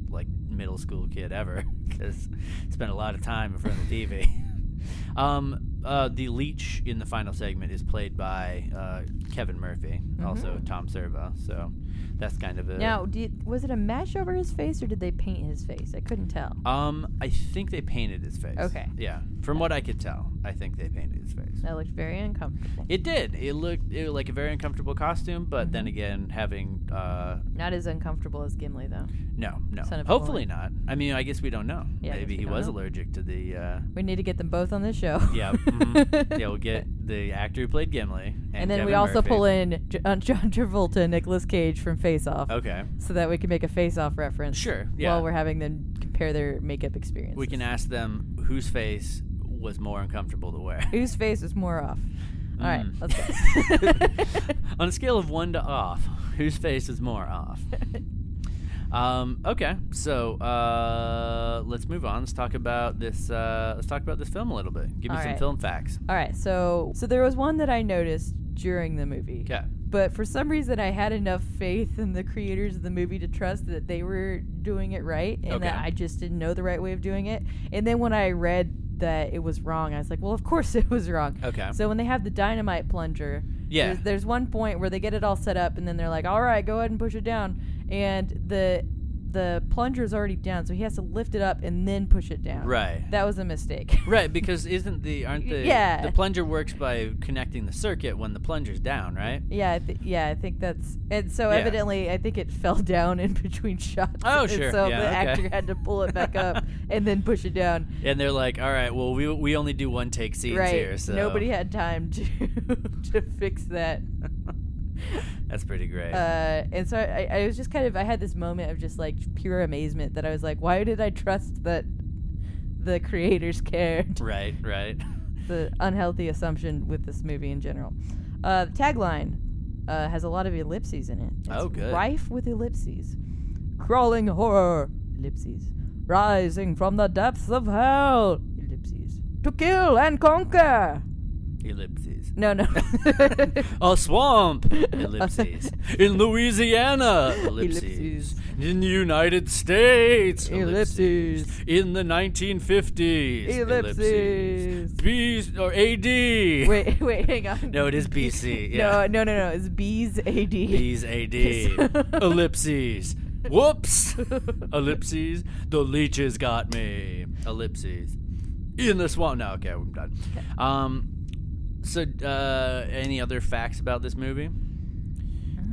like middle school kid ever because spent a lot of time in front of the TV. um, uh, the leech in the final segment is played by uh, Kevin Murphy, also Tom Servo. So that's kind of a.
Mm-hmm. Now, did, was it a mesh over his face, or did they paint his face? I couldn't tell.
Um, I think they painted his face.
Okay.
Yeah, from what I could tell, I think they painted his face.
That looked very uncomfortable.
It did. It looked it, looked like a very uncomfortable costume, but
Mm-hmm.
then again, having uh,
Not as uncomfortable as Gimli, though.
no, no,
Son of a
hopefully not. I mean, I guess we don't know.
Yeah, I guess
Maybe
we
he
don't
was
know.
allergic to the uh,
We need to get them both on this show.
Yeah, mhm. yeah, we'll get the actor who played Gimli, and,
And then we
Kevin
also
Murphy.
pull in J- uh, John Travolta and Nicolas Cage from Face Off,
Okay,
so that we can make a Face Off reference.
Sure, yeah.
While we're having them compare their makeup experience.
we can ask them whose face was more uncomfortable to wear.
Whose face is more off? All right,
Mm.
let's go.
On a scale of one to off, whose face is more off? um, okay, so uh, let's move on. Let's talk about this. Uh, let's talk about this film a little bit. Give me
All
some
right.
film facts.
All right, so so there was one that I noticed during the movie.
Okay.
But for some reason, I had enough faith in the creators of the movie to trust that they were doing it right, and
Okay.
that I just didn't know the right way of doing it. And then when I read that it was wrong, I was like, "Well, of course it was wrong."
Okay.
So when they have the dynamite plunger,
Yeah.
there's, there's one point where they get it all set up, and then they're like, "All right, go ahead and push it down," and the the plunger's already down, so he has to lift it up and then push it down.
Right.
That was a mistake.
Right, because isn't the aren't the
Yeah.
the plunger works by connecting the circuit when the plunger's down, right?
yeah, I th- yeah, I think that's and so
Yeah.
evidently I think it fell down in between shots.
Oh,
and
sure.
So
Yeah,
the
okay.
actor had to pull it back up and then push it down.
And they're like, "All right, well, we we only do one take scenes
right.
here, so
Nobody had time to to fix that.
that's pretty great."
Uh, and so I, I was just kind of I had this moment of just like pure amazement that I was like, why did I trust that the creators cared?
right, right.
the unhealthy assumption with this movie in general. Uh, the tagline uh, has a lot of ellipses in it. It's
Oh, good.
Rife with ellipses. Crawling horror, ellipses. Rising from the depths of hell, ellipses. To kill and conquer.
Ellipses.
No, no.
A swamp. Ellipses. In Louisiana. Ellipses.
Ellipses.
In the United States.
ellipses.
In the 1950s.
Ellipses.
B or AD.
Wait, wait, hang on.
No, it is BC. Yeah.
No, no, no, no. It's B's AD.
These AD. Ellipses. Whoops. Ellipses. The leeches got me. Ellipses. In the swamp. No, okay, I'm done. Um, so, uh, any other facts about this movie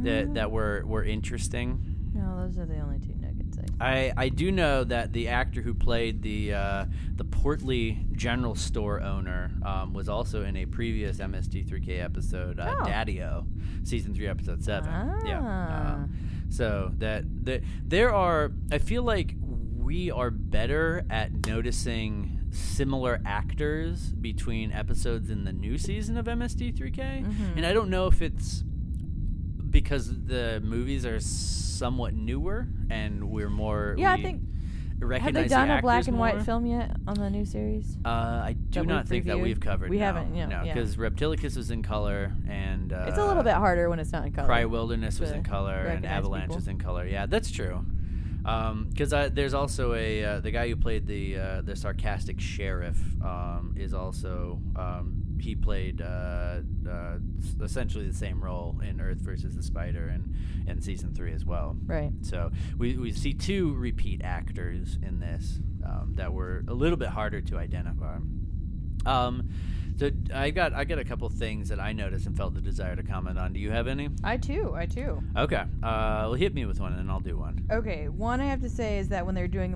that that were were interesting?
No, those are the only two nuggets. I
I I do know that the actor who played the uh, the portly general store owner um, was also in a previous MST3K episode, uh,
Oh.
Daddy-O, season three, episode seven. Yeah.
Ah.
Um, so that that there are, I feel like we are better at noticing similar actors between episodes in the new season of MSD3K,
Mm-hmm.
and I don't know if it's because the movies are somewhat newer and we're more
Yeah, I
we
think- Have
recognize
they done
the
a black
actors
and white
more.
film yet on the new series?
Uh, I do
we've
not think that
reviewed?
we've covered.
We
no,
haven't, yeah,
no,
yeah.
because Reptilicus was in color, and uh,
It's a little bit harder when it's not in color.
Cry Wilderness was
to
in color and
Oh, recognize
Avalanche
people.
was in color. Yeah, that's true. Because I there's also a uh, the guy who played the uh, the sarcastic sheriff um, is also um, he played uh, uh, s- essentially the same role in Earth versus the Spider and and season three as well.
Right.
So we, we see two repeat actors in this um, that were a little bit harder to identify. Um, so I got I got a couple things that I noticed and felt the desire to comment on. Do you have any?
I too. I too.
Okay. Uh, well, hit me with one, and I'll do one.
Okay. One I have to say is that when they're doing,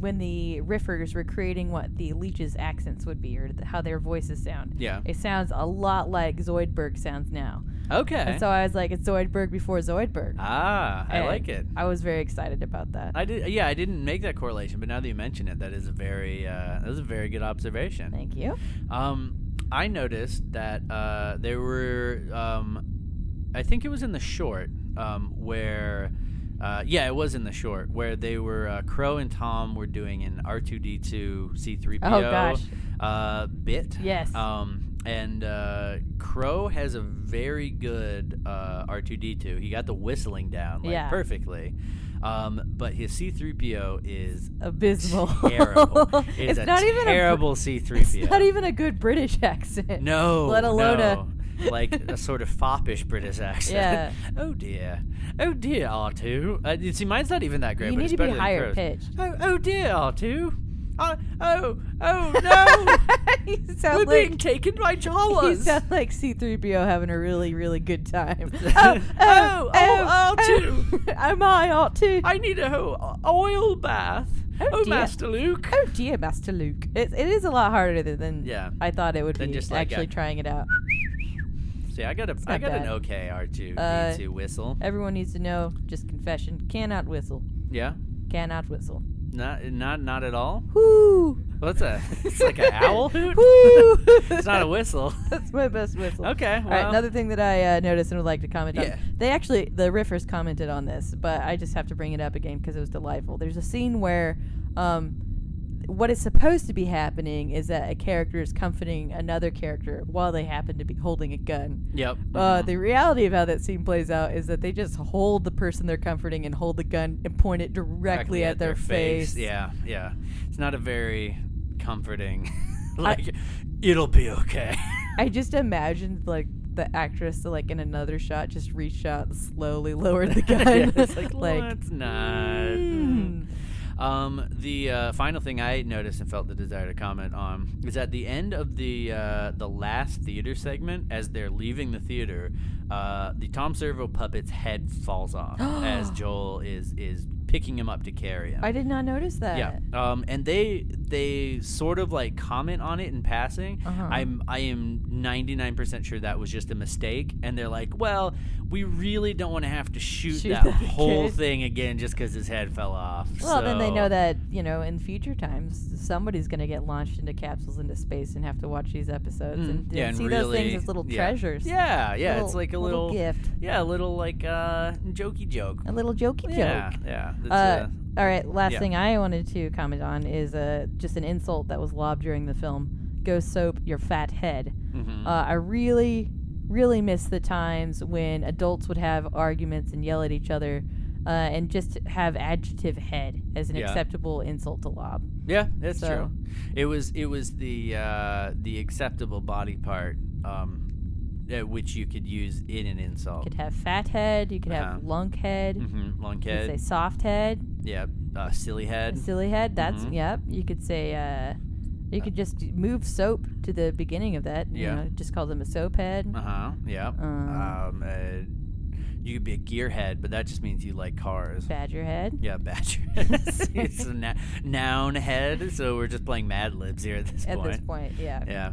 when the riffers were creating what the leeches' accents would be or th- how their voices sound,
Yeah.
it sounds a lot like Zoidberg sounds now.
Okay.
And so I was like, it's Zoidberg before Zoidberg.
ah, I
And
like it.
I was very excited about that.
I did. Yeah, I didn't make that correlation, but now that you mention it, that is a very uh, that is a very good observation.
Thank you.
Um, I noticed that uh, there were, um, I think it was in the short um, where, uh, yeah, it was in the short where they were uh, Crow and Tom were doing an R two D two C three
Oh, gosh.
PO uh, bit.
Yes.
Um, and uh, Crow has a very good uh, R two D two. He got the whistling down like
Yeah.
perfectly. Um, but his C three PO is
Abysmal.
terrible. It is
it's
a
not even
terrible
A,
C
br-
three
it's
PO.
not even a good British accent.
No.
Let alone
no.
a.
like a sort of foppish British accent.
Yeah.
oh dear. Oh dear, R2. Uh, you see, mine's not even that great.
You
but
need
it's
to be
better than
higher
Crow's.
pitched.
Oh, oh dear, R2. Oh, oh, oh no.
you
We're
sound
being
like
taken by
you
Jawas.
sound like C3PO having a really really good time.
Oh, oh,
oh, oh my R2.
I need a ho- oil bath.
Oh, dear.
Master Luke.
oh dear, Master Luke. It, it is a lot harder th- than
Yeah.
I thought it would
Than
be.
just like
actually
a-
trying it out.
See, I got a, I
not
got an
bad.
okay R2
Uh,
D2 whistle.
Everyone needs to know. Just confession. Cannot whistle.
Yeah.
Cannot whistle.
Not not not at all.
Whoo.
What's a? It's like an owl hoot.
Whoo.
it's not a whistle.
That's my best whistle.
Okay,
All right.
well.
Another thing that I uh, noticed and would like to comment
Yeah.
on. They actually, the riffers commented on this, but I just have to bring it up again because it was delightful. There's a scene where, um, what is supposed to be happening is that a character is comforting another character while they happen to be holding a gun.
Yep.
Uh, the reality of how that scene plays out is that they just hold the person they're comforting and hold the gun and point it directly,
directly
at, their, face.
Yeah, yeah. It's not a very comforting. like, it'll be okay.
I just imagined like the actress like in another shot just reached out and slowly lowered the gun.
it's like, "Let's not. Mm-hmm.
"Mm,
Um, the uh, final thing I noticed and felt the desire to comment on is at the end of the uh, the last theater segment, as they're leaving the theater, uh, the Tom Servo puppet's head falls off as Joel is is picking him up to carry him.
I did not notice that.
Yeah. Um, and they they sort of like comment on it in passing.
Uh-huh.
I'm I am 99% sure that was just a mistake and they're like, "Well, we really don't want to have to shoot,
Shoot
that
that
whole
kid."
thing again just cuz his head fell off."
Well, then they know
So-
that you know in future times somebody's going to get launched into capsules into space and have to watch these episodes and,
mm, Yeah, and
see those
really-
things as little
yeah.
treasures.
Yeah, yeah, it's
Little-
like a
little
little,
gift.
Yeah, a little like uh jokey joke.
a little jokey
Yeah,
joke.
yeah. It's,
Uh,
uh,
all right, last
yeah.
thing I wanted to comment on is uh, just an insult that was lobbed during the film. Go soap your fat head.
Mm-hmm.
Uh, I really, really miss the times when adults would have arguments and yell at each other, uh, and just have adjective head as an
Yeah.
acceptable insult to lob.
Yeah, that's
So-
true. It was it was the uh, the acceptable body part, um, at which you could use in an insult.
You could have fat head. You could
Oh. Uh-huh.
have lunk head.
hmm Long
You could say
head.
soft head.
Yeah. Uh, silly head.
Silly head. That's
Mhm.
yep. You could say uh, you could just move soap to the beginning of that. You
Yeah.
know, just call them a soap head.
Uh huh. Yeah.
Uh-huh.
Um. uh, you could be a gearhead, but that just means you like cars.
Badger head.
Yeah, badger. it's a na- noun head, so we're just playing Mad Libs here at this
At
point.
this point, yeah.
Yeah.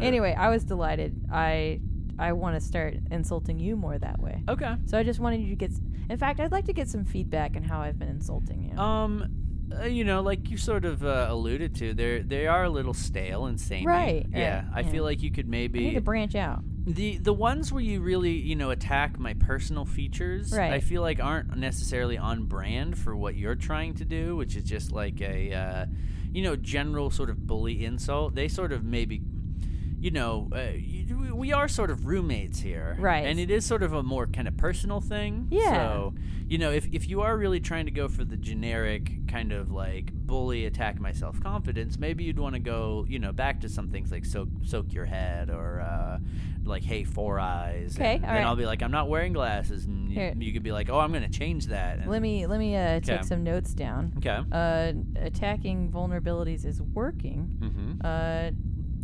Anyway, I was delighted. I I want to start insulting you more that way.
Okay.
So I just wanted you to get. s- In fact, I'd like to get some feedback on how I've been insulting you.
Um, uh, you know, like you sort of uh, alluded to, they they are a little stale and samey.
Right,
Yeah.
right,
I
yeah.
feel like you could
I need
maybe
to branch out.
the the ones where you really you know attack my personal features.
Right.
I feel like aren't necessarily on brand for what you're trying to do, which is just like a uh, you know general sort of bully insult. They sort of maybe. You know, uh, you, we are sort of roommates here,
Right.
And it is sort of a more kind of personal thing.
Yeah.
So you know, if, if you are really trying to go for the generic kind of like bully attack my self confidence, maybe you'd want to go, you know, back to some things like soak soak your head or uh, like hey four eyes.
Okay,
and,
all
and
right.
I'll be like I'm not wearing glasses, and you,
Here.
you could be like oh I'm gonna change that. And,
Let me let me uh,
Okay.
take some notes down.
Okay.
Uh, attacking vulnerabilities is working.
Mm-hmm.
Uh,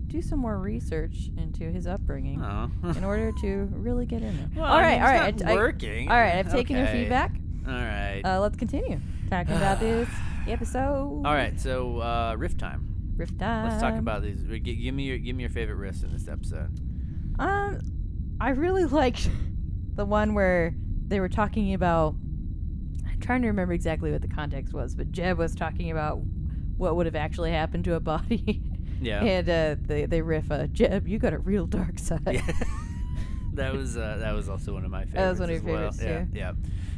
do some more research into his upbringing.
Oh.
in order to really get in there.
Well,
all
I
right,
mean,
all
it's
right,
not
I- I-
working.
all right, I've taken your
Okay.
feedback.
all right.
Uh, let's continue talking about this episode.
all right. So uh, riff time.
riff time.
Let's talk about these. G- give me your give me your favorite riffs in this episode.
Um, I really liked the one where they were talking about. I'm trying to remember exactly what the context was, but Jeb was talking about what would have actually happened to a body.
Yeah.
And uh, they they riff, uh, Jeb, you got a real dark side.
Yeah. that was uh, that was also one of my favorites.
That was one of your
as well.
favorites,
Yeah,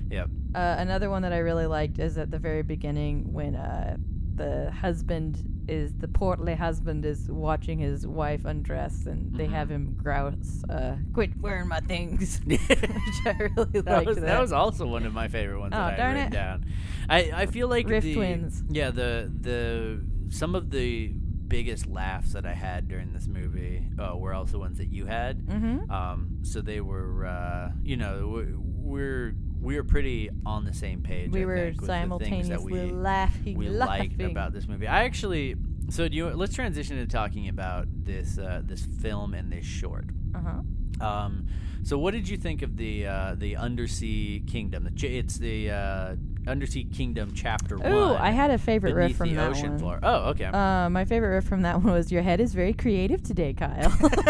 yeah, yeah.
Uh, another one that I really liked is at the very beginning when uh, the husband is the portly husband is watching his wife undress and
Mm-hmm.
they have him grouse, uh, "Quit wearing my things," which I really
That
liked.
was, that was also one of my favorite ones
Oh,
that I
darn
had written
it.
down. I, I feel like
Riff
the,
Twins.
Yeah, the the some of the biggest laughs that I had during this movie uh, were also ones that you had.
Mhm.
Um, so they were, uh, you know, we- we're we were pretty on the same page.
we
I
were
think, with the things that
simultaneously
we
laughing,
we
laughing.
liked about this movie. I actually so do you let's transition to talking about this uh, this film and this short.
Uh-huh.
Um, so what did you think of the uh, the Undersea Kingdom? The ch- it's the uh, Undersea Kingdom Chapter
Ooh,
One.
I had a favorite riff
beneath
from
the
that
ocean
one.
floor. Oh, okay.
Uh, my favorite riff from that one was, "Your head is very creative today, Kyle."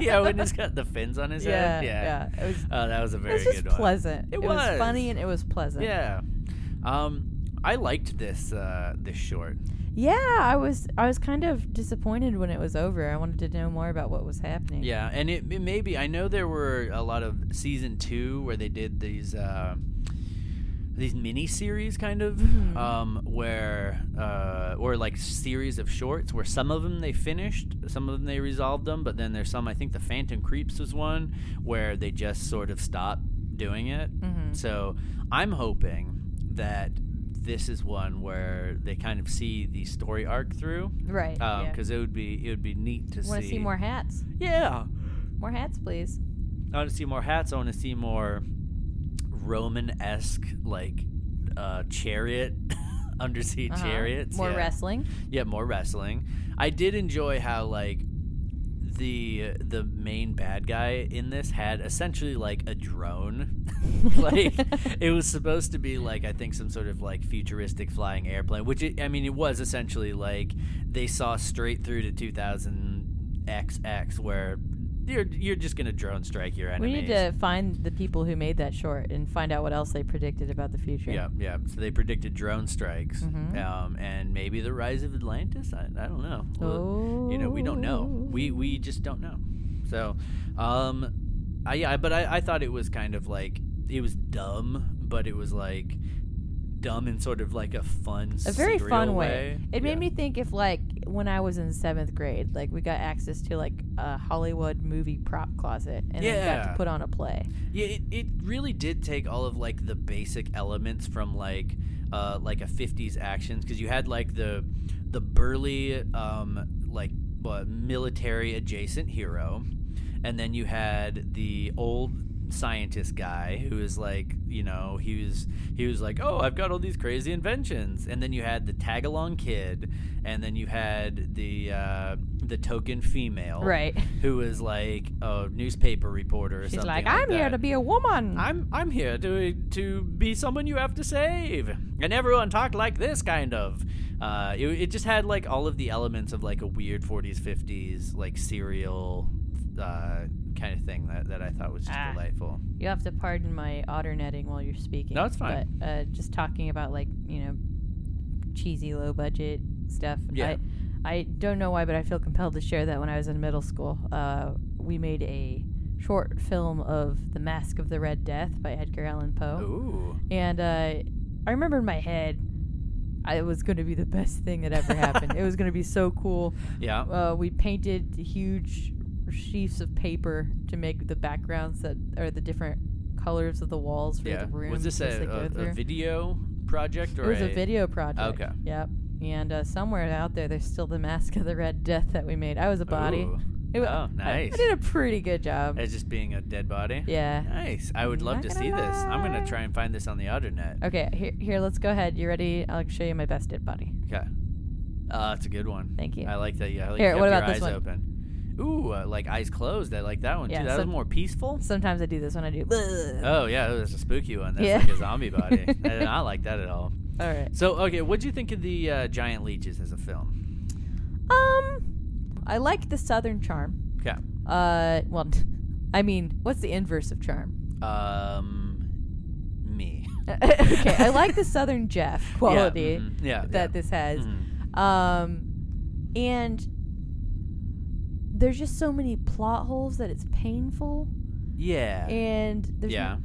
yeah, when he's got the fins on his
yeah,
head.
yeah. It was,
Oh, that was a
it
very
was just
good one.
pleasant.
It
was.
was.
funny and it was pleasant.
Yeah. Um, I liked this uh, this short.
Yeah, I was I was kind of disappointed when it was over. I wanted to know more about what was happening.
Yeah, and it, it may be. I know there were a lot of season two where they did these uh, these mini series, kind of,
Mm-hmm.
um, where uh, or like series of shorts where some of them they finished, some of them they resolved them, but then there's some. I think the Phantom Creeps was one where they just sort of stopped doing it.
Mm-hmm.
So I'm hoping that this is one where they kind of see the story arc through.
Right.
Um,
yeah.
because it would be it would be neat to
want to see more hats.
Yeah,
More hats, please.
I want to see more hats. I want to see more Roman esque like uh, chariot undersea
Uh-huh.
chariots.
More
yeah.
wrestling.
Yeah, more wrestling. I did enjoy how like the the main bad guy in this had essentially like a drone. like it was supposed to be like I think some sort of like futuristic flying airplane, which it, I mean it was essentially like they saw straight through to 2000 XX where you're you're just going to drone strike your
We
enemies.
need to find the people who made that short and find out what else they predicted about the future.
Yeah, yeah. So they predicted drone strikes,
Mm-hmm.
um, and maybe the rise of Atlantis. I, I don't know. Well, You know, we don't know. We
Oh.
we just don't know. So, um, I yeah, but I, I thought it was kind of like it was dumb, but it was like dumb in sort of like a fun,
a very
surreal
fun way.
way.
It
Yeah.
made me think if like when I was in seventh grade, like we got access to like a Hollywood movie prop closet and then got
Yeah.
to put on a play.
Yeah, it, it really did take all of like the basic elements from like uh like a 50s actions because you had like the the burly um like uh, military adjacent hero and then you had the old scientist guy who is like you know he was he was like oh i've got all these crazy inventions and then you had the tagalong kid and then you had the uh the token female
Right.
who is like a newspaper reporter or
She's
something
like, I'm here to
that.
be a woman.
I'm I'm here to to be someone you have to save, and everyone talked like this kind of. Uh, it, it just had like all of the elements of like a weird 40s 50s like serial uh, kind of thing that, that I thought was just
Ah.
delightful.
you have to pardon my otter netting while you're speaking.
No, it's fine.
But uh, just talking about like you know cheesy low budget stuff.
Yeah.
I, I don't know why, but I feel compelled to share that when I was in middle school, uh, we made a short film of The Mask of the Red Death by Edgar Allan Poe.
Ooh,
And uh, I remember in my head, I, it was going to be the best thing that ever happened. it was going to be so cool.
yeah,
Uh, we painted huge sheets of paper to make the backgrounds that are the different colors of the walls for
yeah.
the room.
Was this a, a, a video project or
it was a
a-
video project.
Okay.
Yep. And uh, somewhere out there, there's still the mask of the Red Death that we made. I was a body.
Ooh.
It wa-
Oh,
I-
nice.
I, did a pretty good job.
As just being a dead body.
yeah.
Nice. I would love
Not
to
gonna
see this. I'm gonna
lie.
try and find this on the other net.
Okay. Here, here. Let's go ahead. You ready? I'll show you my best dead body.
Okay. Uh, that's a good one.
Thank you.
I like that. Yeah. I like
Here,
you kept
what
your
about this
eyes
one?
Open. Ooh, uh, like eyes closed. I like that one
Yeah,
too. That
so-
was more peaceful.
Sometimes I do this when I do.
Oh yeah, that was a spooky one. That's
Yeah.
like a zombie body. I did not like that at all.
All right.
So okay, what do you think of the uh, giant leeches as a film?
Um, I like the Southern charm.
Okay.
Uh, well, I mean, what's the inverse of charm?
Um, me.
okay, I like the Southern Jeff quality
mhm, yeah,
that
yeah.
this has.
Mhm.
Um, and there's just so many plot holes that it's painful.
Yeah.
And there's
yeah.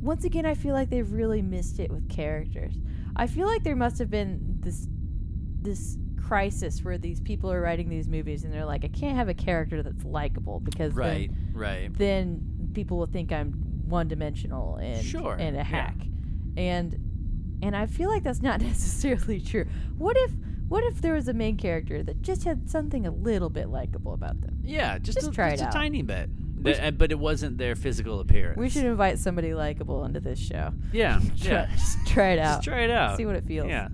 once again, I feel like they've really missed it with characters. I feel like there must have been this this crisis where these people are writing these movies and they're like, I can't have a character that's likable because then-
Right. Right.
then, people will think I'm one dimensional and
Sure,
and
yeah.
a hack, and and I feel like that's not necessarily true. What if what if there was a main character that just had something a little bit likable about them?
Yeah. Just,
Just
a,
try it
just a
out.
tiny bit. Th- uh, but it wasn't their physical appearance.
We should invite somebody likable into this show.
Yeah.
Try-
Yeah.
just try it out.
Just try it out.
See what it feels.
Yeah.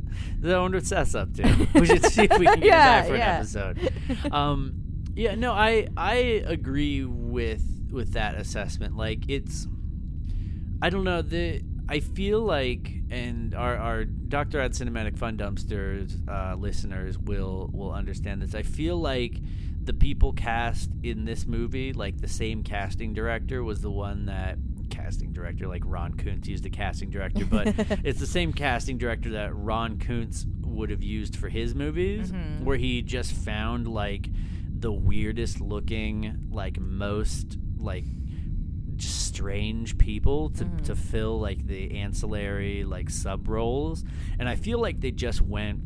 I wonder what Seth's up to. We should see if we can get
Yeah,
her back for
yeah.
an episode. Um, yeah, no, I I agree with with that assessment. Like it's I don't know, the I feel like and our, our Doctor at Cinematic Fun Dumpsters uh, listeners will will understand this. I feel like the people cast in this movie, like the same casting director was the one that casting director, like Ron Kuntz used the casting director, but it's the same casting director that Ron Kuntz would have used for his movies, where he just found like the weirdest looking, like most like just strange people to, to fill like the ancillary like sub roles, and I feel like they just went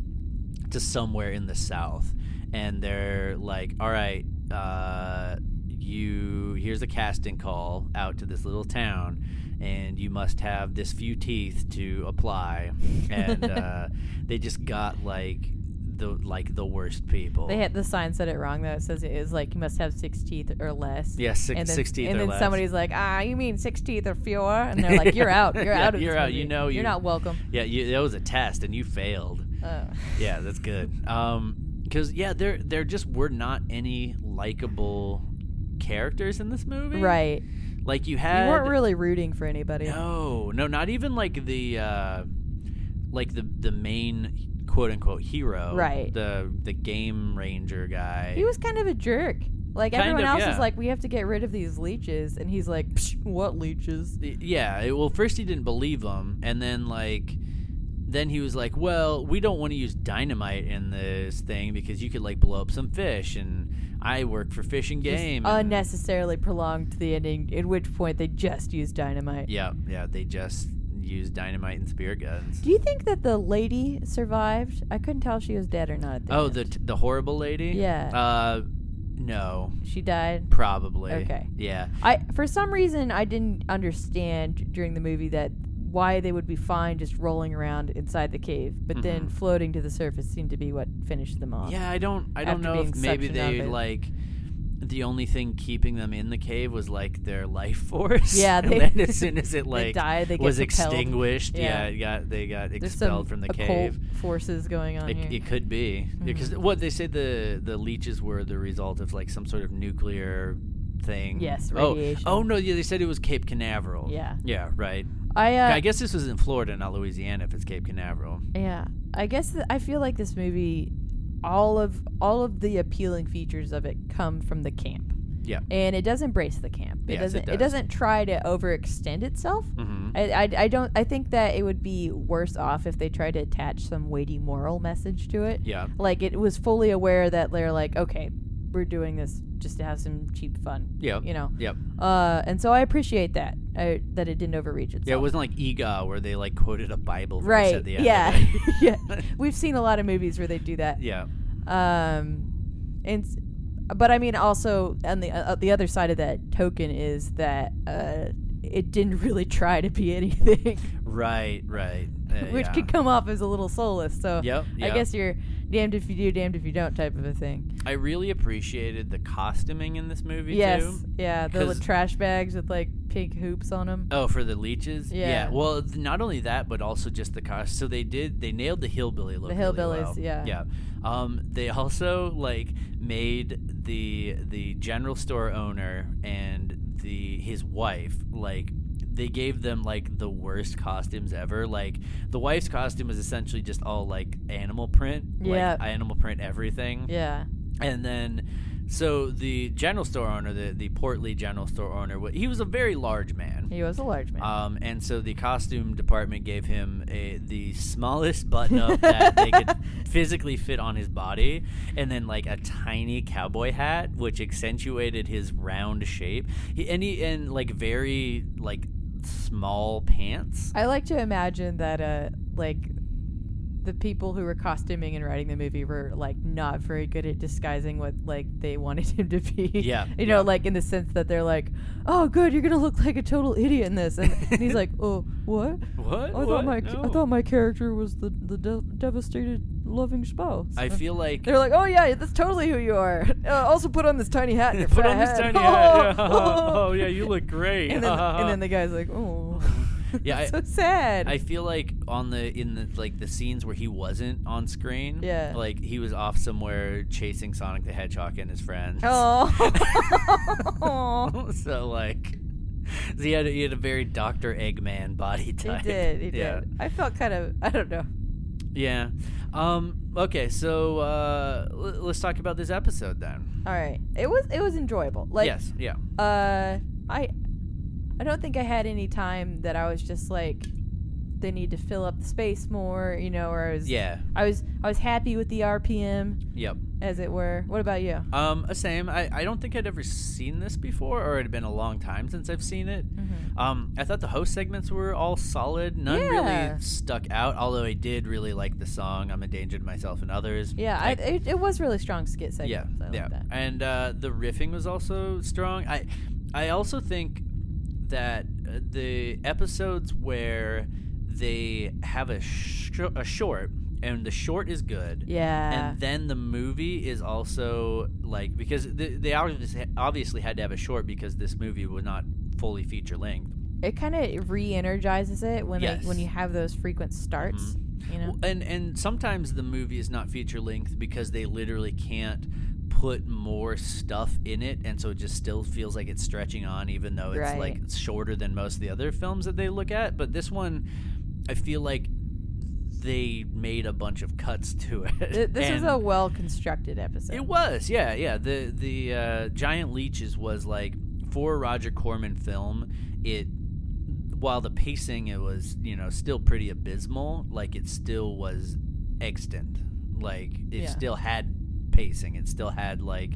to somewhere in the south and they're like all right uh, you here's a casting call out to this little town and you must have this few teeth to apply and uh, they just got like the like the worst people.
They had the sign said it wrong though. It says it is like you must have six teeth or less.
Yeah, six-
and then,
six teeth
And
or
then
less.
somebody's like, ah, you mean six teeth or fewer? And they're like, you're out. You're
Yeah,
out of
you're
this
out. You
movie.
know
you're
you-
not welcome.
yeah, you, that was a test and you failed.
Uh,
Yeah, that's good. Um, because yeah, there there just were not any likable characters in this movie.
right.
Like you
You
had
weren't really rooting for anybody.
No, no, not even like the uh like the the main quote unquote hero.
Right.
The the game ranger guy.
He was kind of a jerk. Like
Kind
everyone
of,
else
yeah.
is like, we have to get rid of these leeches, and he's like, Psh, what leeches?
yeah it- well first he didn't believe him and then like then he was like well we don't want to use dynamite in this thing because you could like blow up some fish and i work for fish and
Just
game and-
unnecessarily prolonged to the ending. At which point they just used dynamite.
yeah yeah they just use dynamite and spear guns
Do you think that the lady survived? I couldn't tell if she was dead or not. At the
oh
end.
the the horrible lady
Yeah.
uh no
she died.
probably
Okay.
yeah
I for some reason I didn't understand during the movie that why they would be fine just rolling around inside the cave, but then floating to the surface seemed to be what finished them off.
Mm-hmm. Yeah, I don't I don't
after
know if
being
maybe
suctioned up
they
it.
like the only thing keeping them in the cave was like their life force.
Yeah,
and
they-
then as soon as it
they
like
die, they get
was
propelled.
extinguished.
Yeah.
Yeah. it got they got
There's
expelled
some
from the
occult
cave.
forces going on
It,
here. Mm-hmm.
it could be because what they say the the leeches were the result of like some sort of nuclear thing.
Yes, radiation.
Oh, oh no, yeah, they said it was Cape Canaveral.
Yeah.
Yeah, right.
I, uh,
I guess this was in Florida, not Louisiana, if it's Cape Canaveral.
Yeah, I guess th- I feel like this movie, all of all of the appealing features of it come from the camp,
Yeah.
and it does embrace the camp. It
Yes, it
doesn't.
does.
doesn't try to overextend itself.
Mhm.
I, I I don't. I think that it would be worse off if they tried to attach some weighty moral message to it.
Yeah.
like it was fully aware that they're like, okay, we're doing this just to have some cheap fun.
Yeah.
you know.
Yep.
Uh, and so I appreciate that I, that it didn't overreach itself.
Yeah, it wasn't like EGOT where they like quoted a Bible verse
right.
at the end.
yeah,
Of it.
yeah. We've seen a lot of movies where they do that.
Yeah.
Um, and s- but I mean, also on the uh, the other side of that token is that uh, it didn't really try to be anything,
Right, right. Uh,
which
yeah.
could come off as a little soulless. So
Yep,
I
yep.
guess you're damned if you do, damned if you don't type of a thing.
I really appreciated the costuming in this movie
yes,
too.
yeah, the li-
'Cause-
trash bags with like pink hoops on them.
Oh, for the leeches?
Yeah.
Well, th- not only that, but also just the cost. So they did they nailed the hillbilly look.
The
really
hillbillies,
well.
yeah.
Yeah. Um they also like made the the general store owner and the his wife like they gave them like the worst costumes ever. Like the wife's costume was essentially just all like animal print.
Yeah.
Like animal print everything.
Yeah,
And then, so the general store owner, the, the portly general store owner, wa- he was a very large man.
he was a large man.
Um, and so the costume department gave him a, the smallest button up that they could physically fit on his body, and then like a tiny cowboy hat, which accentuated his round shape. He, and he and like very like small pants.
I like to imagine that uh like the people who were costuming and writing the movie were like not very good at disguising what like they wanted him to be.
Yeah,
you know,
yeah.
like in the sense that they're like, "Oh, good, you're gonna look like a total idiot in this," and, and he's like, "Oh, what?
What?
I
What?
thought my
No.
I thought my character was the the de- devastated loving spouse."
I feel like
they're like, "Oh yeah, that's totally who you are." Uh, also, put on this tiny hat. and your
put
fat
on this
head."
tiny hat. Yeah. Oh yeah, you look great.
and then, and then the guy's like, "Oh,
Yeah, I-
so sad."
I feel like on the in the like the scenes where he wasn't on screen,
Yeah.
like he was off somewhere chasing Sonic the Hedgehog and his friends.
Oh.
so like, so he had a, he had a very Doctor Eggman body
he
type.
did. He did.
yeah.
I felt kind of, I don't know.
Yeah. Um. Okay. So uh, l- let's talk about this episode then.
All right. It was it was enjoyable. Like
yes. Yeah.
uh I I don't think I had any time that I was just like they need to fill up the space more, you know, or I was
Yeah.
I was I was happy with the RPM
Yep.
as it were. What about you?
Um, uh, same. I, I don't think I'd ever seen this before, or it had been a long time since I've seen it.
Mm-hmm.
Um, I thought the host segments were all solid. None
Yeah.
really stuck out, although I did really like the song "I'm Endangered Myself and Others."
Yeah, I, it, it was really strong skit
yeah,
segments. I like
yeah.
that.
And uh, the riffing was also strong. I, I also think that uh, the episodes where they have a sh- a short and the short is good.
Yeah.
And then the movie is also like because th- they obviously obviously had to have a short because this movie was not fully feature length.
it kind of re-energizes it when they, when
Yes. Mm-hmm.
you have those frequent starts. You know,
And and sometimes the movie is not feature length because they literally can't put more stuff in it and so it just still feels like it's stretching on even though it's
Right.
like shorter than most of the other films that they look at but this one I feel like they made a bunch of cuts to it.
Th- this is
And-
a well-constructed episode.
It was, yeah, yeah. The the uh, giant leeches was like for a Roger Corman film. It while the pacing it was you know still pretty abysmal. Like it still was extant. Like it
Yeah.
still had pacing. It still had like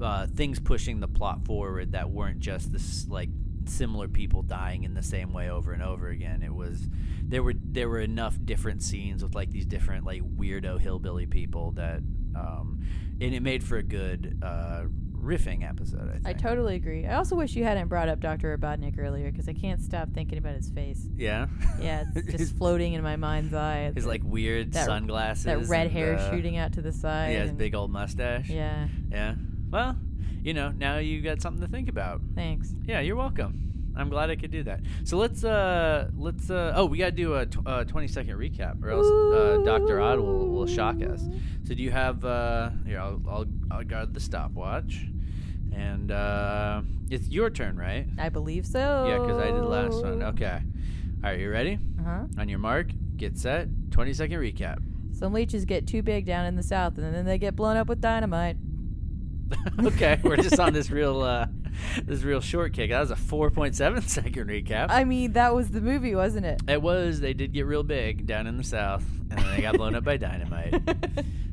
uh, things pushing the plot forward that weren't just this like similar people dying in the same way over and over again. It was there were there were enough different scenes with like these different like weirdo hillbilly people that um and it made for a good uh riffing episode I think.
I totally agree. I also wish you hadn't brought up Dr. Robotnik earlier because I can't stop thinking about his face.
yeah.
Yeah, it's just floating in my mind's eye. It's
His like weird
that-
sunglasses.
that red
and,
hair
uh,
shooting out to the side.
Yeah, his
and-
big old mustache.
Yeah,
Yeah. Well, you know, now you got something to think about.
thanks.
Yeah, you're welcome. I'm glad I could do that. So let's uh let's uh oh we gotta do a tw- uh, 20 second recap or else uh, Doctor Odd will, will shock us. So do you have uh here I'll I'll, I'll guard the stopwatch, and uh it's your turn right?
I believe so.
Yeah, because I did the last one.
Oh.
Okay. All right, you ready?
Uh-huh.
On your mark, get set. 20 second recap.
Some leeches get too big down in the south, and then they get blown up with dynamite.
okay, we're just on this real uh this real short kick. That was a 4.7 second recap.
I mean, that was the movie, wasn't it?
It was. They did get real big down in the south, and then they got blown up by dynamite.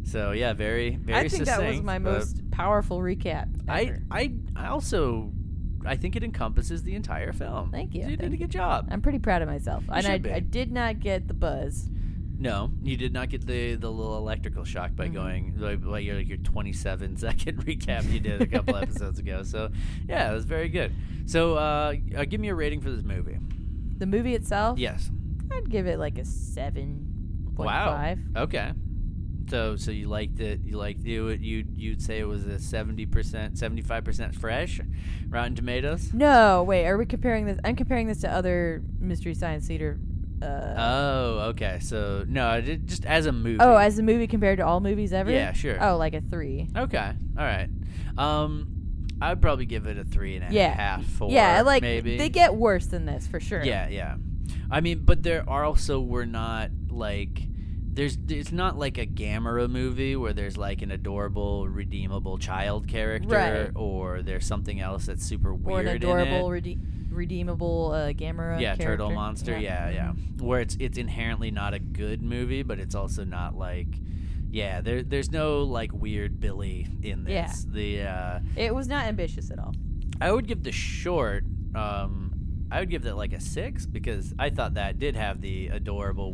So yeah, very very.
I think that was
succinct,
my
but
most powerful recap.
I
ever.
I I also I think it encompasses the entire film.
Thank you, Uh,
You did
thank
a good job.
I'm pretty proud of myself, and
should be.
I, I did not get the buzz.
no, you did not get the the little electrical shock
Mm-hmm.
by going by, by your your 27 second recap you did a couple episodes ago. So yeah, it was very good. So uh, uh, give me a rating for this movie.
The movie itself,
Yes.
I'd give it like a seven point
Wow.
five.
Okay. So so you liked it. You liked you you you'd say it was a seventy percent, seventy five percent fresh, Rotten Tomatoes.
No, wait, are we comparing this? I'm comparing this to other Mystery Science Theater. Uh,
Oh, okay. So no, I did- just as a movie.
oh, as a movie compared to all movies ever?
Yeah, sure.
Oh, like a three.
okay. All right. Um, I'd probably give it a three and a half,
Yeah.
four.
yeah, like
maybe
they get worse than this for sure.
Yeah, yeah. I mean, but there are also we're not like there's it's not like a Gamera movie where there's like an adorable, redeemable child character,
Right.
or there's something else that's super weird.
Or an
in it
adorable, rede- redeemable uh, Gamera.
yeah turtle
character.
monster yeah. yeah where it's it's inherently not a good movie but it's also not like yeah there there's no like weird billy in
Yeah.
this the uh
It was not ambitious at all.
i would give the short um i would give that like a six because i thought that did have the adorable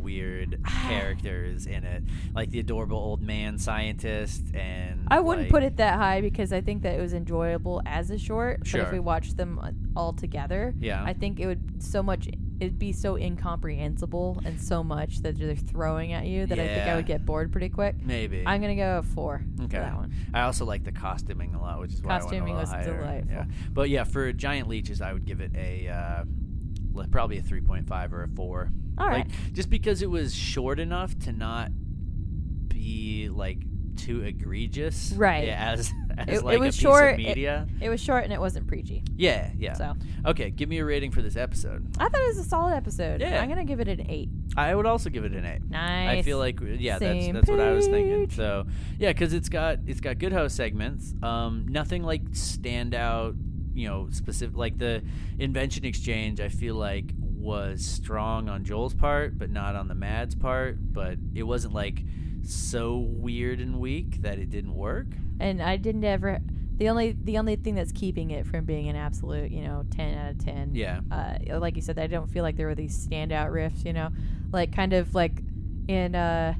weird characters in it like the adorable old man scientist and
I wouldn't
like-
put it that high because I think that it was enjoyable as a short. But
Sure.
if we watched them uh, all together,
Yeah.
I think it would so much. It'd be so incomprehensible and so much that they're throwing at you that I think
Yeah.
I would get bored pretty quick.
maybe
I'm gonna go a four
Okay.
for that one.
I also like the costuming a lot, which is why
Costuming
I went
was
a little higher.
delightful.
Yeah. But yeah, for giant leeches, I would give it a uh, li- probably a three point five or a four.
All
like,
right.
Just because it was short enough to not be like too egregious,
Right.
yeah, as as
It,
like
it was
a piece
short.
of
it-
media.
It, was short and it wasn't preachy.
yeah, yeah.
So
Okay, give me a rating for this episode.
I thought it was a solid episode.
Yeah.
I'm gonna give it an eight.
I would also give it an eight.
Nice.
I feel like uh, yeah,
Same
that's that's what I was thinking.
page.
So yeah, because it's got it's got good host segments. Um, nothing like standout, you know, specific like the invention exchange. I feel like was strong on Joel's part, but not on the Mad's part. But it wasn't like so weird and weak that it didn't work.
and I didn't ever. The only the only thing that's keeping it from being an absolute, you know, ten out of ten.
Yeah.
Uh, like you said, I don't feel like there were these standout riffs. You know, like kind of like in uh,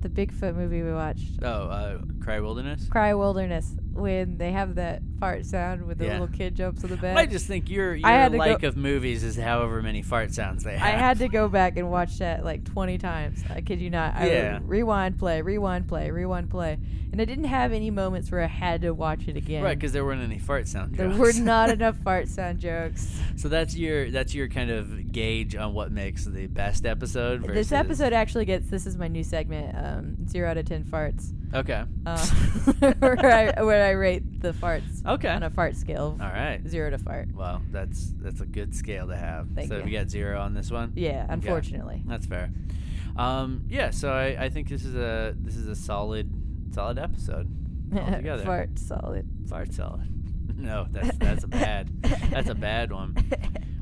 the Bigfoot movie we watched,
Oh, uh, Cry Wilderness.
Cry Wilderness. when they have that fart sound when the
Yeah.
little kid jumps on the bed?
I just think your your
I had to go-
like of movies is however many fart sounds they have.
I had to go back and watch that like 20 times. I kid you not. I would
Yeah.
rewind, play, rewind, play, rewind, play. And I didn't have any moments where I had to watch it again.
right because there weren't any fart sound
There
jokes.
were not enough fart sound jokes.
so that's your that's your kind of gauge on what makes the best episode. Versus,
This episode actually gets this is my new segment um, zero out of 10 farts,
Okay.
uh, where, I, where I rate the farts
Okay.
on a fart scale.
All right.
Zero to fart.
Well, that's that's a good scale to have.
Thank
so
you.
if you got zero on this one,
Yeah, unfortunately.
that's fair. Um, yeah. So I, I think this is a this is a solid solid episode altogether.
fart solid.
Fart salad. No, that's that's a bad that's a bad one.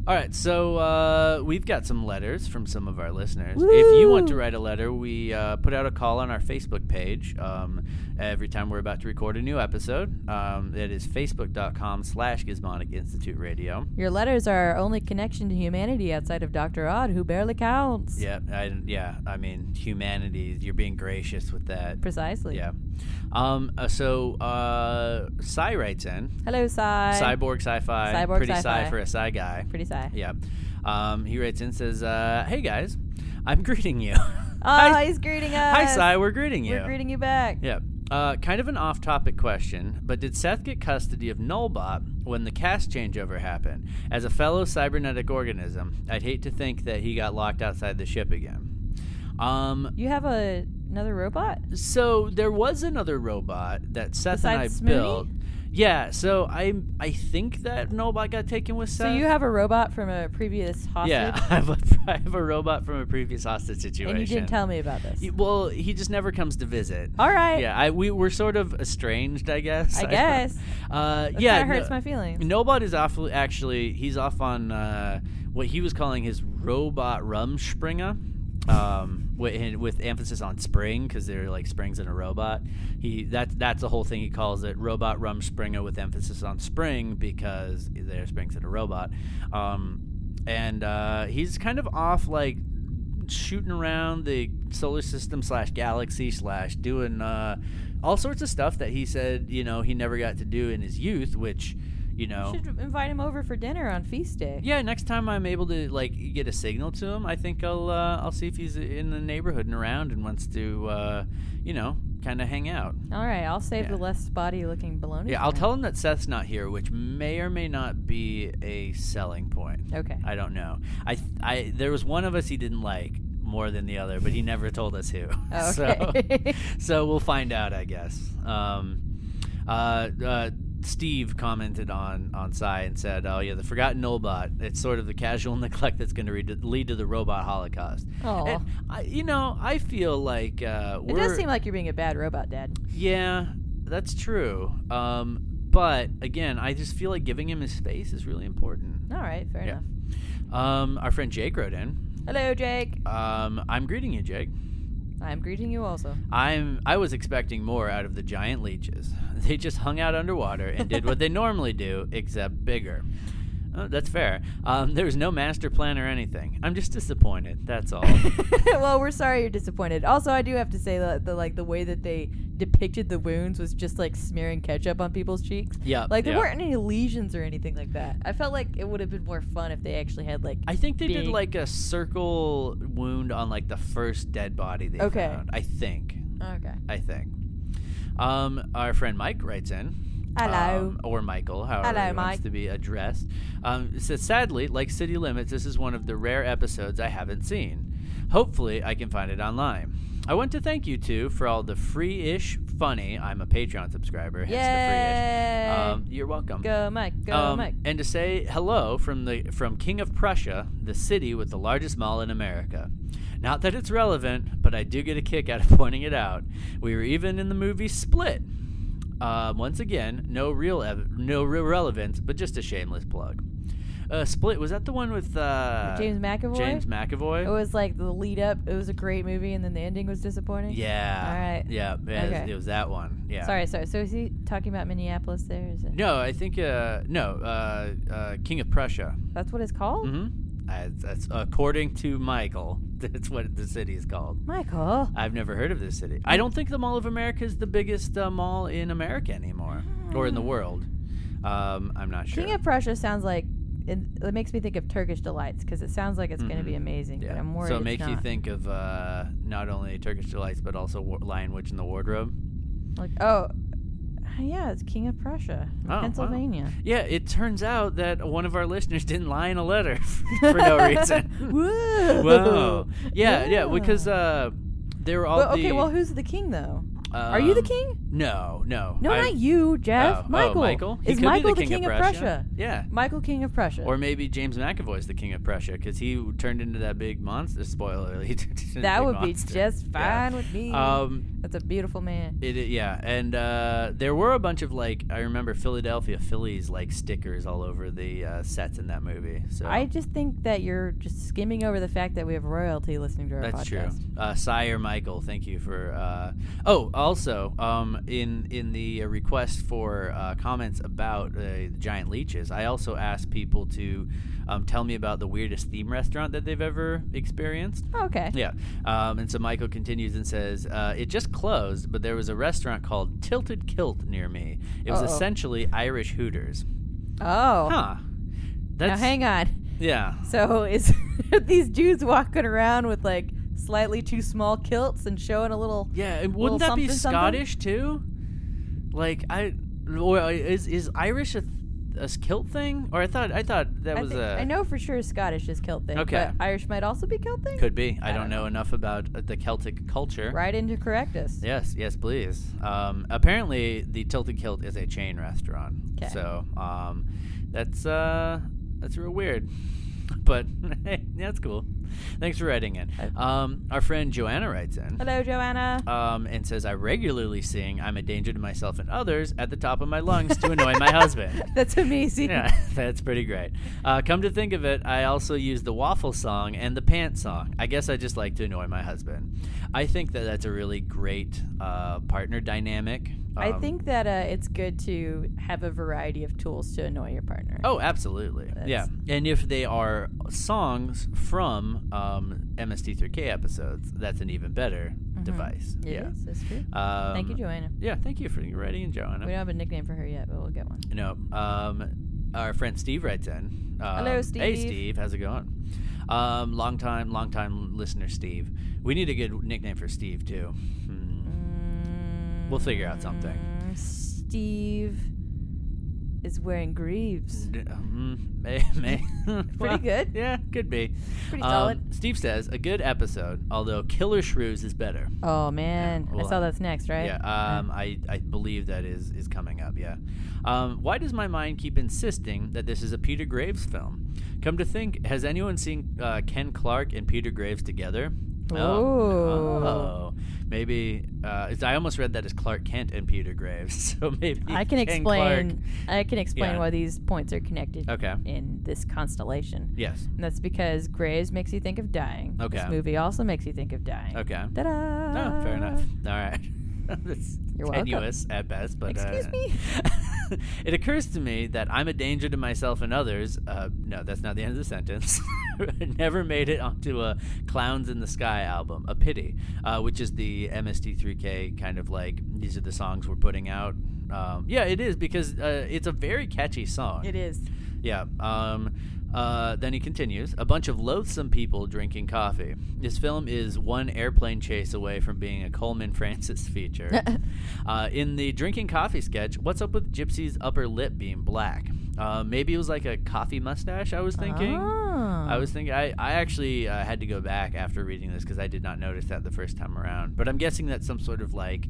All right, so uh, we've got some letters from some of our listeners. If you want to write a letter, we uh, put out a call on our Facebook page um, every time we're about to record a new episode. Um, it is facebook.com slash Gizmonic Institute Radio.
Your letters are our only connection to humanity outside of Dr. Odd, who barely counts.
Yeah, I, yeah, I mean, humanity, you're being gracious with that.
Precisely.
Yeah. Um, uh, so uh, Cy writes in.
Hello, Cy.
Cyborg sci-fi.
Cyborg
Pretty
sci-fi.
sci for a sci guy.
Pretty Cy.
Yeah. Um, he writes in and says, uh, "Hey guys, I'm greeting you.
Oh,
hi,
he's greeting us.
hi, Sai. We're greeting you.
We're greeting you back.
Yeah. Uh, kind of an off-topic question, but did Seth get custody of Nullbot when the cast changeover happened? As a fellow cybernetic organism, I'd hate to think that he got locked outside the ship again. Um,
You have a, another robot?
so there was another robot that Seth
Besides
and
Smooney?
I built. Yeah, so I I think that Nullbot got taken with Seth.
So you have a robot from a previous hostage?
Yeah, I have, a, I have a robot from a previous hostage situation.
And you didn't tell me about this.
Y- Well, he just never comes to visit.
All right.
Yeah, I, we we're sort of estranged, I guess.
I guess.
uh,
That
yeah,
kinda hurts
no-
my feelings.
Nobot is off. Actually, he's off on uh, what he was calling his robot Rumspringer. Um, with, and with emphasis on spring because they're like springs in a robot. He that's that's the whole thing. He calls it robot Rumspringer with emphasis on spring because they're springs in a robot. Um, and uh, he's kind of off like shooting around the solar system slash galaxy slash doing uh, all sorts of stuff that he said you know he never got to do in his youth, which you know.
should invite him over for dinner on feast day.
yeah, next time I'm able to like get a signal to him, I think I'll uh, I'll see if he's in the neighborhood and around and wants to uh, you know kind of hang out.
All right, I'll save
Yeah.
the less spotty looking bologna.
Yeah, I'll tell him that Seth's not here, which may or may not be a selling point.
Okay.
I don't know. I th- I there was one of us he didn't like more than the other, but he never told us who.
Oh,
So
okay.
so we'll find out, I guess. Um, uh, uh, Steve commented on on Psy and said, "Oh yeah, the forgotten Nobot. It's sort of the casual neglect that's going to re- lead to the robot holocaust."
Aw.
And I, you know, I feel like uh,
it
we're
does seem like you're being a bad robot dad.
yeah, that's true. Um, but again, I just feel like giving him his space is really important.
All right, fair
Yeah.
enough.
Um, our friend Jake wrote in.
Hello, Jake.
Um, I'm greeting you, Jake.
I'm greeting you also.
I'm I was expecting more out of the giant leeches. They just hung out underwater and did what they normally do, except bigger. Uh, that's fair. Um, there was no master plan or anything. I'm just disappointed. That's all.
well, we're sorry you're disappointed. Also, I do have to say that the like the way that they depicted the wounds was just like smearing ketchup on people's cheeks.
Yeah,
like there
yeah.
weren't any lesions or anything like that. I felt like it would have been more fun if they actually had like.
I think they did
big-
like a circle wound on like the first dead body they
Okay.
found. I think.
Okay.
I think. Um, our friend Mike writes in.
Hello.
um, or Michael, however
Hello,
he wants
Mike.
to be addressed. Um, it says, sadly, like City Limits, this is one of the rare episodes I haven't seen. Hopefully, I can find it online. I want to thank you two for all the free-ish funny. I'm a Patreon subscriber, hence
Yay!
the free-ish. Um, you're welcome.
Go, Mike. Go,
Um,
Mike.
And to say hello from the from King of Prussia, the city with the largest mall in America. Not that it's relevant, but I do get a kick out of pointing it out. We were even in the movie Split. Um, once again, no real ev- no real relevance, but just a shameless plug. Uh, Split was that the one with uh,
James McAvoy?
James McAvoy.
It was like the lead up. It was a great movie, and then the ending was disappointing.
yeah.
All right.
Yeah. yeah, it was-
Okay.
It was that one. Yeah.
Sorry, sorry. So is he talking about Minneapolis? There is it?
No, I think uh, no. Uh, uh, King of Prussia.
That's what it's called.
hmm that's according to Michael. That's what the city is called.
Michael.
I've never heard of this city. I don't think the Mall of America is the biggest uh, mall in America anymore. or in the world. Um, I'm not sure.
Hmm. King of Prussia sounds like it, it makes me think of Turkish delights because it sounds like it's going to be amazing. But I'm worried.
Mm-hmm. so it
it's
makes you
not.
think of uh, not only Turkish delights but also Wa- Lion Witch in the Wardrobe.
Like, oh, yeah, it's King of Prussia,
Oh, wow.
Pennsylvania.
Yeah, it turns out that one of our listeners didn't lie in a letter for no reason.
Whoa.
Wow. Yeah, yeah, because uh, they were all
Well, okay,
the-
well, who's the king though? Are you the
um,
king?
No, no,
No,
I-
not you, Jeff.
oh,
Michael.
Oh, Michael. He
Is
could be
Michael
the king,
of Prussia?
Yeah.
Michael, king of Prussia.
Or maybe James McAvoy's the king of Prussia because he w- turned into that big monster. Spoiler: he turned into a
that
big
would be
monster.
just
Yeah.
fine with me.
Um,
That's a beautiful man.
It, it- yeah, and uh, there were a bunch of like I remember Philadelphia Phillies like stickers all over the uh, sets in that movie. So
I just think that you're just skimming over the fact that we have royalty listening to our podcast.
that's true. Uh, Sire Michael, thank you for. Uh, oh, also um, in in the uh, request for uh, comments about uh, the giant leeches, I also asked people to um, tell me about the weirdest theme restaurant that they've ever experienced.
Okay.
Yeah. Um, and so Michael continues and says, uh, It just closed, but there was a restaurant called Tilted Kilt near me. It was
Uh-oh.
essentially Irish Hooters.
Oh.
Huh.
Now
That's,
hang on.
Yeah.
So is these dudes walking around with like slightly too small kilts and showing a little?
Yeah. and
Little
Wouldn't that be
something, something?
Scottish, too? Like, I. Well, is, is Irish a, a kilt thing? Or I thought I thought that
I,
was
think-
a.
I know for sure Scottish is kilt thing.
Okay.
But Irish might also be kilt thing.
Could be. I, don't know enough about uh, the Celtic culture.
Right in to correct us.
Yes, yes, please. Um, apparently, the Tilted Kilt is a chain restaurant,
'Kay.
so um, that's uh, that's real weird. But hey, that's cool. Thanks for writing in. Um, our friend Joanna writes in
Hello, Joanna.
um, and says, "I regularly sing I'm a danger to myself and others at the top of my lungs to annoy my husband."
That's amazing.
Yeah, that's pretty great. Uh, come to think of it, I also use the waffle song and the pants song. I guess I just like to annoy my husband. I think that that's a really great uh, partner dynamic.
I
Um,
think that uh, it's good to have a variety of tools to annoy your partner.
Oh, absolutely. yeah. And if they are songs from um, MST3K episodes, that's an even better device.
Mm-hmm. It
yeah.
is, That's true.
Um,
Thank you, Joanna.
Yeah, thank you for writing in, Joanna.
We don't have a nickname for her yet, but we'll get one.
No. Um, our friend Steve writes in. Um,
Hello,
Hey,
Steve.
Steve. How's it going? Um, long time, long time listener, Steve. We need a good nickname for Steve too. Hmm. We'll figure out something.
Mm, Steve is wearing greaves.
D- mm, may, may. Well,
good.
Yeah, could be.
Pretty
Um,
solid.
Steve says a good episode, although Killer Shrews is better.
Oh man,
well,
I saw that's next, right?
Yeah, um, I, I believe that is is coming up. Yeah. Um, why does my mind keep insisting that this is a Peter Graves film? Come to think, has anyone seen uh, Ken Clark and Peter Graves together? Oh,
Ooh.
oh. maybe. Uh, it's- I almost read that as Clark Kent and Peter Graves, so maybe
I can
Ken Clark-
explain. I can explain
Yeah.
why these points are connected.
Okay.
In this constellation,
Yes.
and that's because Graves makes you think of dying.
Okay.
This movie also makes you think of dying.
Okay.
Ta-da!
Oh, fair enough. All right. That's
You're welcome.
tenuous at best, but
Excuse
uh,
me?
it occurs to me that I'm a danger to myself and others. Uh, no, that's not the end of the sentence. Never made it onto a Clowns in the Sky album. A pity, uh, which is the MST3K kind of like these are the songs we're putting out. Um, yeah, it is because uh, it's a very catchy song.
It is.
Yeah. Um, uh, then he continues A bunch of loathsome people drinking coffee. This film is one airplane chase away from being a Coleman Francis feature. uh, in the drinking coffee sketch, what's up with Gypsy's upper lip being black? Uh, maybe it was like a coffee mustache, I was thinking.
Ah.
I was thinking, I, I actually uh, had to go back after reading this because I did not notice that the first time around. But I'm guessing that's some sort of like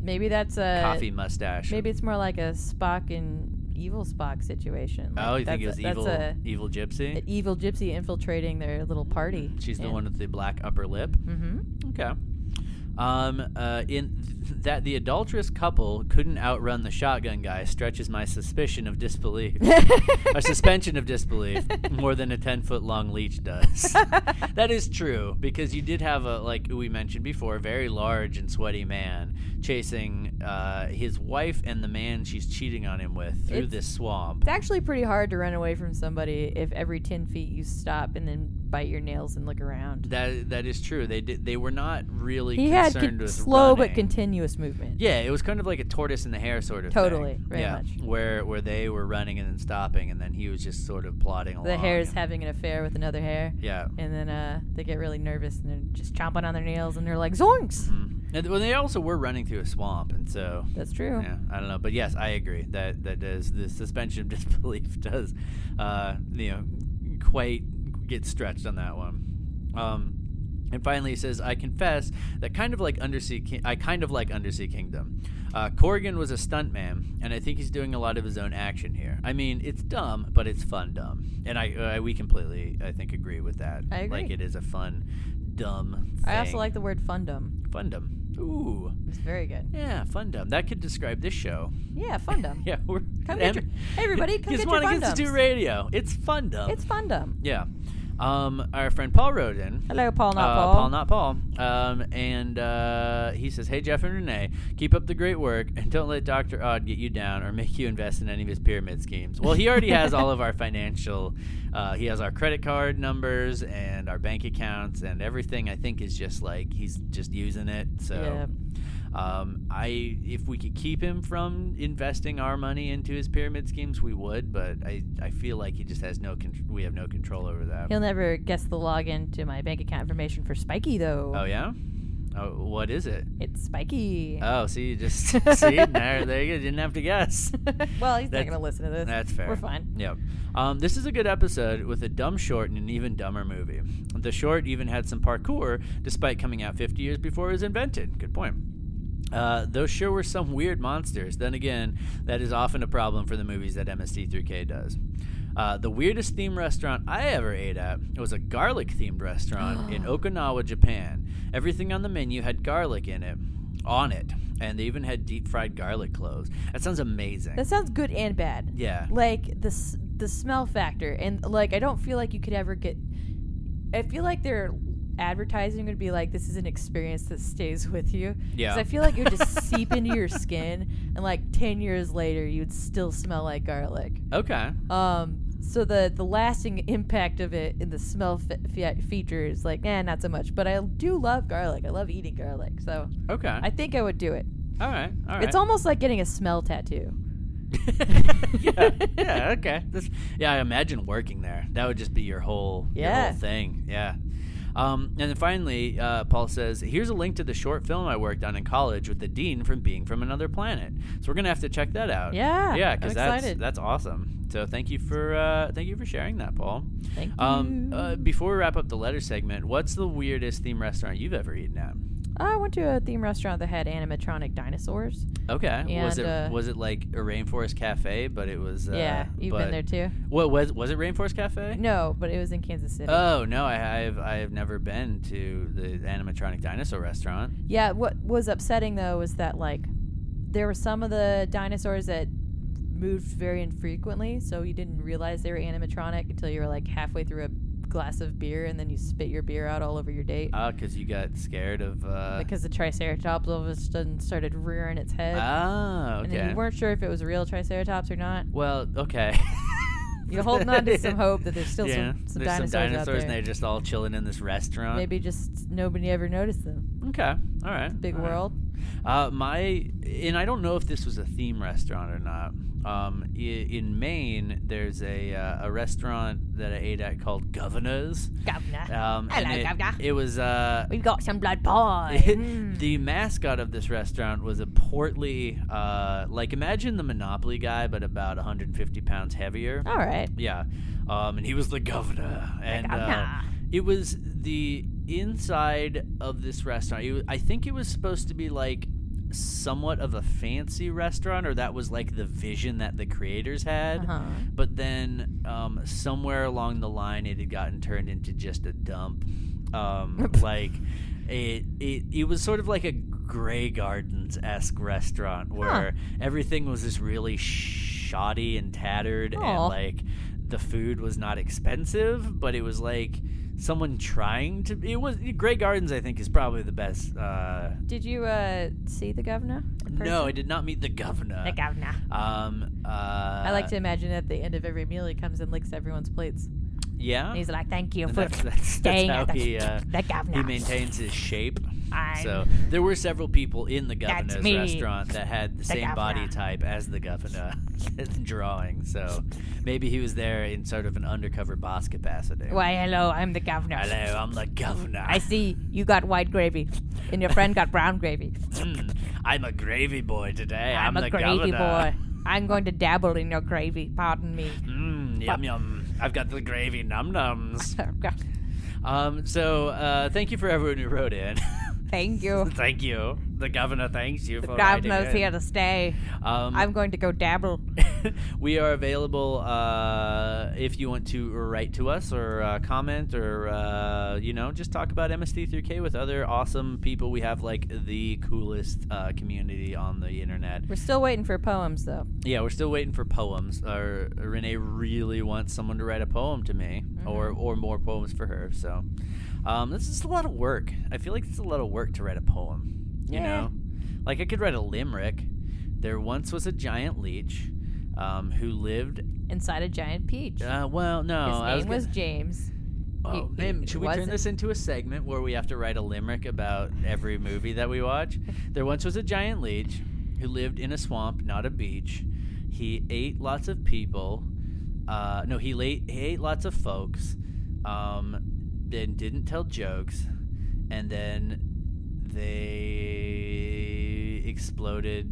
Maybe that's a
coffee mustache.
Uh, Maybe it's more like a Spock and evil Spock situation. Like,
Oh, you think
that's
it was
a,
evil,
That's
evil Gypsy?
a, an evil gypsy infiltrating their little party.
She's the
and-
one with the black upper lip. Mm-hmm. Okay. Um, uh, in th- that the adulterous couple couldn't outrun the shotgun guy stretches my suspicion of disbelief, a suspension of disbelief, more than a ten foot long leech does. that is true because you did have a like we mentioned before, a very large and sweaty man chasing uh, his wife and the man she's cheating on him with through
It's-
this swamp.
It's actually pretty hard to run away from somebody if every 10 feet you stop and then bite your nails and look around.
That that is true. They did. They were not really.
He had con-
concerned with
slow but
running.
continuous movement.
Yeah, it was kind of like a tortoise and the hare sort of
Totally,
thing.
very
yeah,
much.
Where where they were running and then stopping, and then he was just sort of plodding along.
The hare is
and-
having an affair with another hare.
Oh, Yeah.
And then uh, they get really nervous and they're just chomping on their nails and they're like, Zoinks!
mm. And well, they also were running through a swamp, and so
That's true.
yeah, I don't know. But yes, I agree that that does the suspension of disbelief does, uh, you know, quite get stretched on that one. Um, and finally, he says, "I confess that kind of like Undersea, Ki- I kind of like Undersea Kingdom. Uh, Corrigan was a stuntman, and I think he's doing a lot of his own action here. I mean, it's dumb, but it's fun dumb, and I uh, we completely, I think, agree with that.
I agree.
Like it is a fun, dumb.
I also
thing.
like the word fundum.
fundum. Ooh."
It's very good.
Yeah, Fundum. That could describe this show.
Yeah, fundum.
Yeah, we're
Come get your- hey, everybody, come get your
Gizmonic Institute
Fundums.
Radio. It's Fundum.
It's fundum.
yeah. Um, our friend Paul wrote in.
Hello, Paul, not
Uh,
Paul.
Paul, not Paul. Um, and uh, he says, "Hey Jeff and Renee, keep up the great work, and don't let Doctor Odd get you down or make you invest in any of his pyramid schemes." Well, he already has all of our financial. Uh, he has our credit card numbers and our bank accounts and everything. I think is just like he's just using it. So, um, I if we could keep him from investing our money into his pyramid schemes, we would. But I I feel like he just has no. Con- we have no control over that.
He'll never guess the login to my bank account information for Spiky, though.
Oh yeah, oh, what is it?
It's Spiky.
Oh, see, you just see there. There you go. Didn't have to guess.
well, he's not
that's-
going to listen to this.
That's fair.
We're fine.
Yep. Um, this is a good episode with a dumb short and an even dumber movie. The short even had some parkour, despite coming out 50 years before it was invented. Good point. Uh, those sure were some weird monsters. Then again, that is often a problem for the movies that MST3K does. Uh, the weirdest theme restaurant I ever ate at was a garlic themed restaurant in Okinawa, Japan. Everything on the menu had garlic in it, on it, and they even had deep fried garlic cloves. That sounds amazing.
That sounds good and bad.
yeah.
Like the s- the smell factor, and like I don't feel like you could ever get. I feel like their advertising would be like this is an experience that stays with you. 'Cause
Yeah.
I feel like it would just seep into your skin, and like ten years later, you'd still smell like garlic.
Okay.
Um. So the the lasting impact of it in the smell fe- fe- feature is like, eh, not so much. But I do love garlic. I love eating garlic. So
Okay.
I think I would do it.
all right. All right.
It's almost like getting a smell tattoo.
yeah. Yeah. Okay. This, yeah. I imagine working there. That would just be your whole, your
Yeah.
whole thing. Yeah. Um, and then finally, uh, Paul says, "Here's a link to the short film I worked on in college with the dean from Being from Another Planet." So we're gonna have to check that out.
Yeah,
Yeah.
I'm
Because that's
excited.
that's awesome. So thank you for uh, thank you for sharing that, Paul.
Thank
Um,
you.
uh, before we wrap up the letter segment, what's the weirdest theme restaurant you've ever eaten at?
I went to a theme restaurant that had animatronic dinosaurs.
Okay. was it
And, uh,
was it like a rainforest cafe, but it was uh,
yeah, you've
but-
been there too.
What was was it rainforest cafe?
No, but it was in Kansas City.
Oh no, I, I've I have never been to the animatronic dinosaur restaurant.
yeah, what was upsetting though was that like there were some of the dinosaurs that moved very infrequently, so you didn't realize they were animatronic until you were like halfway through a glass of beer and then you spit your beer out all over your date.
Ah, because you got scared of. Uh,
because the Triceratops all of a sudden started rearing its head,
ah,
and then
okay.
you weren't sure if it was a real Triceratops or not.
Well, okay.
You're holding on to some hope that there's still
yeah,
some, some
there's
dinosaurs,
some dinosaurs,
out there.
and they're just all chilling in this restaurant.
Maybe just nobody ever noticed them.
Okay. All right.
Big
all right.
world.
Uh, my and I don't know if this was a theme restaurant or not. Um, i- in Maine, there's a uh, a restaurant that I ate at called Governor's.
Governor.
Um, and
Hello,
it,
Governor.
It was uh,
We've got some blood pie.
the mascot of this restaurant was a portly, uh, like imagine the Monopoly guy, but about 150 pounds heavier.
All right.
Yeah, um, and he was the governor, and Uh,
governor.
it was the inside of this restaurant. It wa- I think it was supposed to be like somewhat of a fancy restaurant, or that was like the vision that the creators had.
Uh-huh.
But then um, somewhere along the line, it had gotten turned into just a dump. Um, like it, it, it was sort of like a Grey Gardens esque restaurant where everything was just really shoddy and tattered, and
Aw.
like the food was not expensive, but it was like someone trying to. It was Grey Gardens. I think is probably the best. Uh,
Did you uh, see the governor? in
no, I
person?
did not meet the governor.
The governor.
Um, uh,
I like to imagine at the end of every meal he comes and licks everyone's plates.
Yeah.
And he's like, thank you
And
for
that's, that's, that's
staying
how
at the,
he, uh,
the governor.
he maintains his shape.
I'm-
so there were several people in the governor's
me,
restaurant that had the, same body
governor.
type as the governor drawing. So maybe he was there in sort of an undercover boss capacity.
Why, hello, I'm the governor.
Hello, I'm the governor.
I see you got white gravy, and your friend got brown gravy.
Mm, I'm a gravy boy today.
I'm,
I'm,
a
the
gravy
governor.
boy. I'm going to dabble in your gravy. Pardon me.
Mm, yum yum. I've got the gravy num nums.
Oh, Thank
Um, so uh, thank you for everyone who wrote in.
you.
thank you. The governor thanks you for writing
Governor's
in.
here to stay.
Um,
I'm going to go dabble.
we are available uh, if you want to write to us or uh, comment or uh, you know just talk about MST3K with other awesome people. We have like the coolest uh, community on the internet.
We're still waiting for poems though.
Yeah, we're still waiting for poems. Or Renee really wants someone to write a poem to me, or
Mm-hmm.
or more poems for her. So, um, this is a lot of work. I feel like it's a lot of work to write a poem. You know, like I could write a limerick. There once was a giant leech, um, who lived.
Inside a giant peach.
Uh, well, no,
His
I
name was,
was. gonna-
James. he-
oh, man,
he
should we turn
wasn't-
this into a segment where we have to write a limerick about every movie that we watch? there once was a giant leech who lived in a swamp, not a beach. He ate lots of people. Uh, no, he, late, he ate lots of folks. Um, then didn't tell jokes, and then they exploded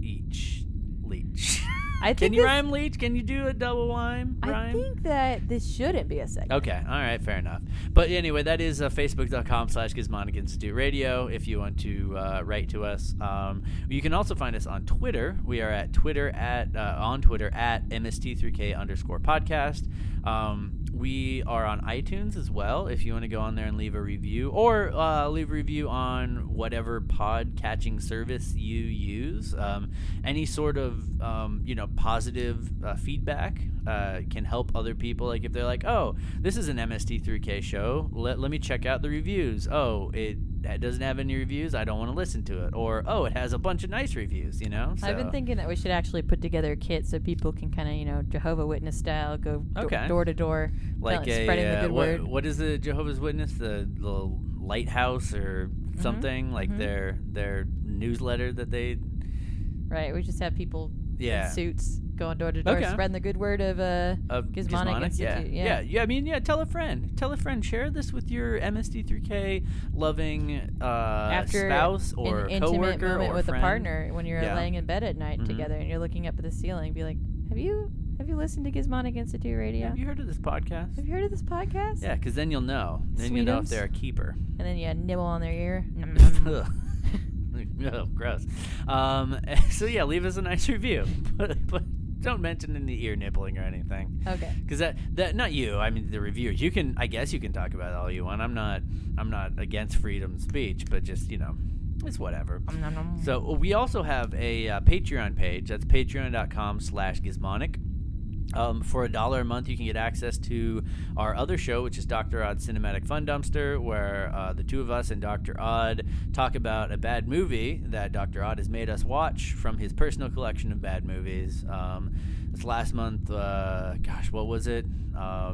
each leech.
I think
Can you
this-
rhyme leech? Can you do a double rhyme?
I
rhyme?
think that this shouldn't be a segment.
Okay, all right, fair enough. But anyway, that is uh, facebook.com slash Gizmonic Institute Radio if you want to uh, write to us. Um, you can also find us on Twitter. We are at Twitter at uh, on Twitter at MST3K underscore podcast. Um, we are on iTunes as well if you want to go on there and leave a review or uh, leave a review on whatever pod catching service you use. Um, any sort of um, you know positive uh, feedback uh, can help other people. Like if they're like, "Oh, this is an MST3K show. Let let me check out the reviews. Oh, it, it doesn't have any reviews. I don't want to listen to it. Or oh, it has a bunch of nice reviews. You know.
I've
So-
been thinking that we should actually put together a kit so people can kind of, you know, Jehovah Witness style, go do-
Okay.
door to door,
like
telling-
a,
spreading
uh,
the good
what-
word.
what is the Jehovah's Witness? The the lighthouse or
Mm-hmm.
something like their their newsletter that they
Right, we just have people
Yeah.
in suits going door to door,
Okay.
spreading the good word of uh,
of
Gizmonic
yeah.
Institute,
yeah,
yeah.
yeah, I mean, yeah. Tell a friend. Tell a friend. Share this with your MSD3K loving uh,
after
spouse or
an intimate
coworker
moment
or
with
friend.
a partner when you're
Yeah.
laying in bed at night
Mhm.
together and you're looking up at the ceiling, be like, "Have you have you listened to Gizmonic Institute Radio?
Have you heard of this podcast?
Have you heard of this podcast?"
Yeah, because then you'll know. Then you know if
Sweetums.
they're a keeper.
And then you nibble on their ear.
Ugh. Ugh, gross. Um, so yeah, leave us a nice review, but, but don't mention any ear nibbling or anything.
Okay.
Because that that not you. I mean the reviewers. You can I guess you can talk about it all you want. I'm not I'm not against freedom of speech, but just you know it's whatever. So we also have a uh, Patreon page. That's patreon.com slash gizmonic. Um, for a dollar a month, you can get access to our other show, which is Dr. Odd's Cinematic Fun Dumpster, where uh, the two of us and Dr. Odd talk about a bad movie that Dr. Odd has made us watch from his personal collection of bad movies. Um, this last month, uh, gosh, what was it?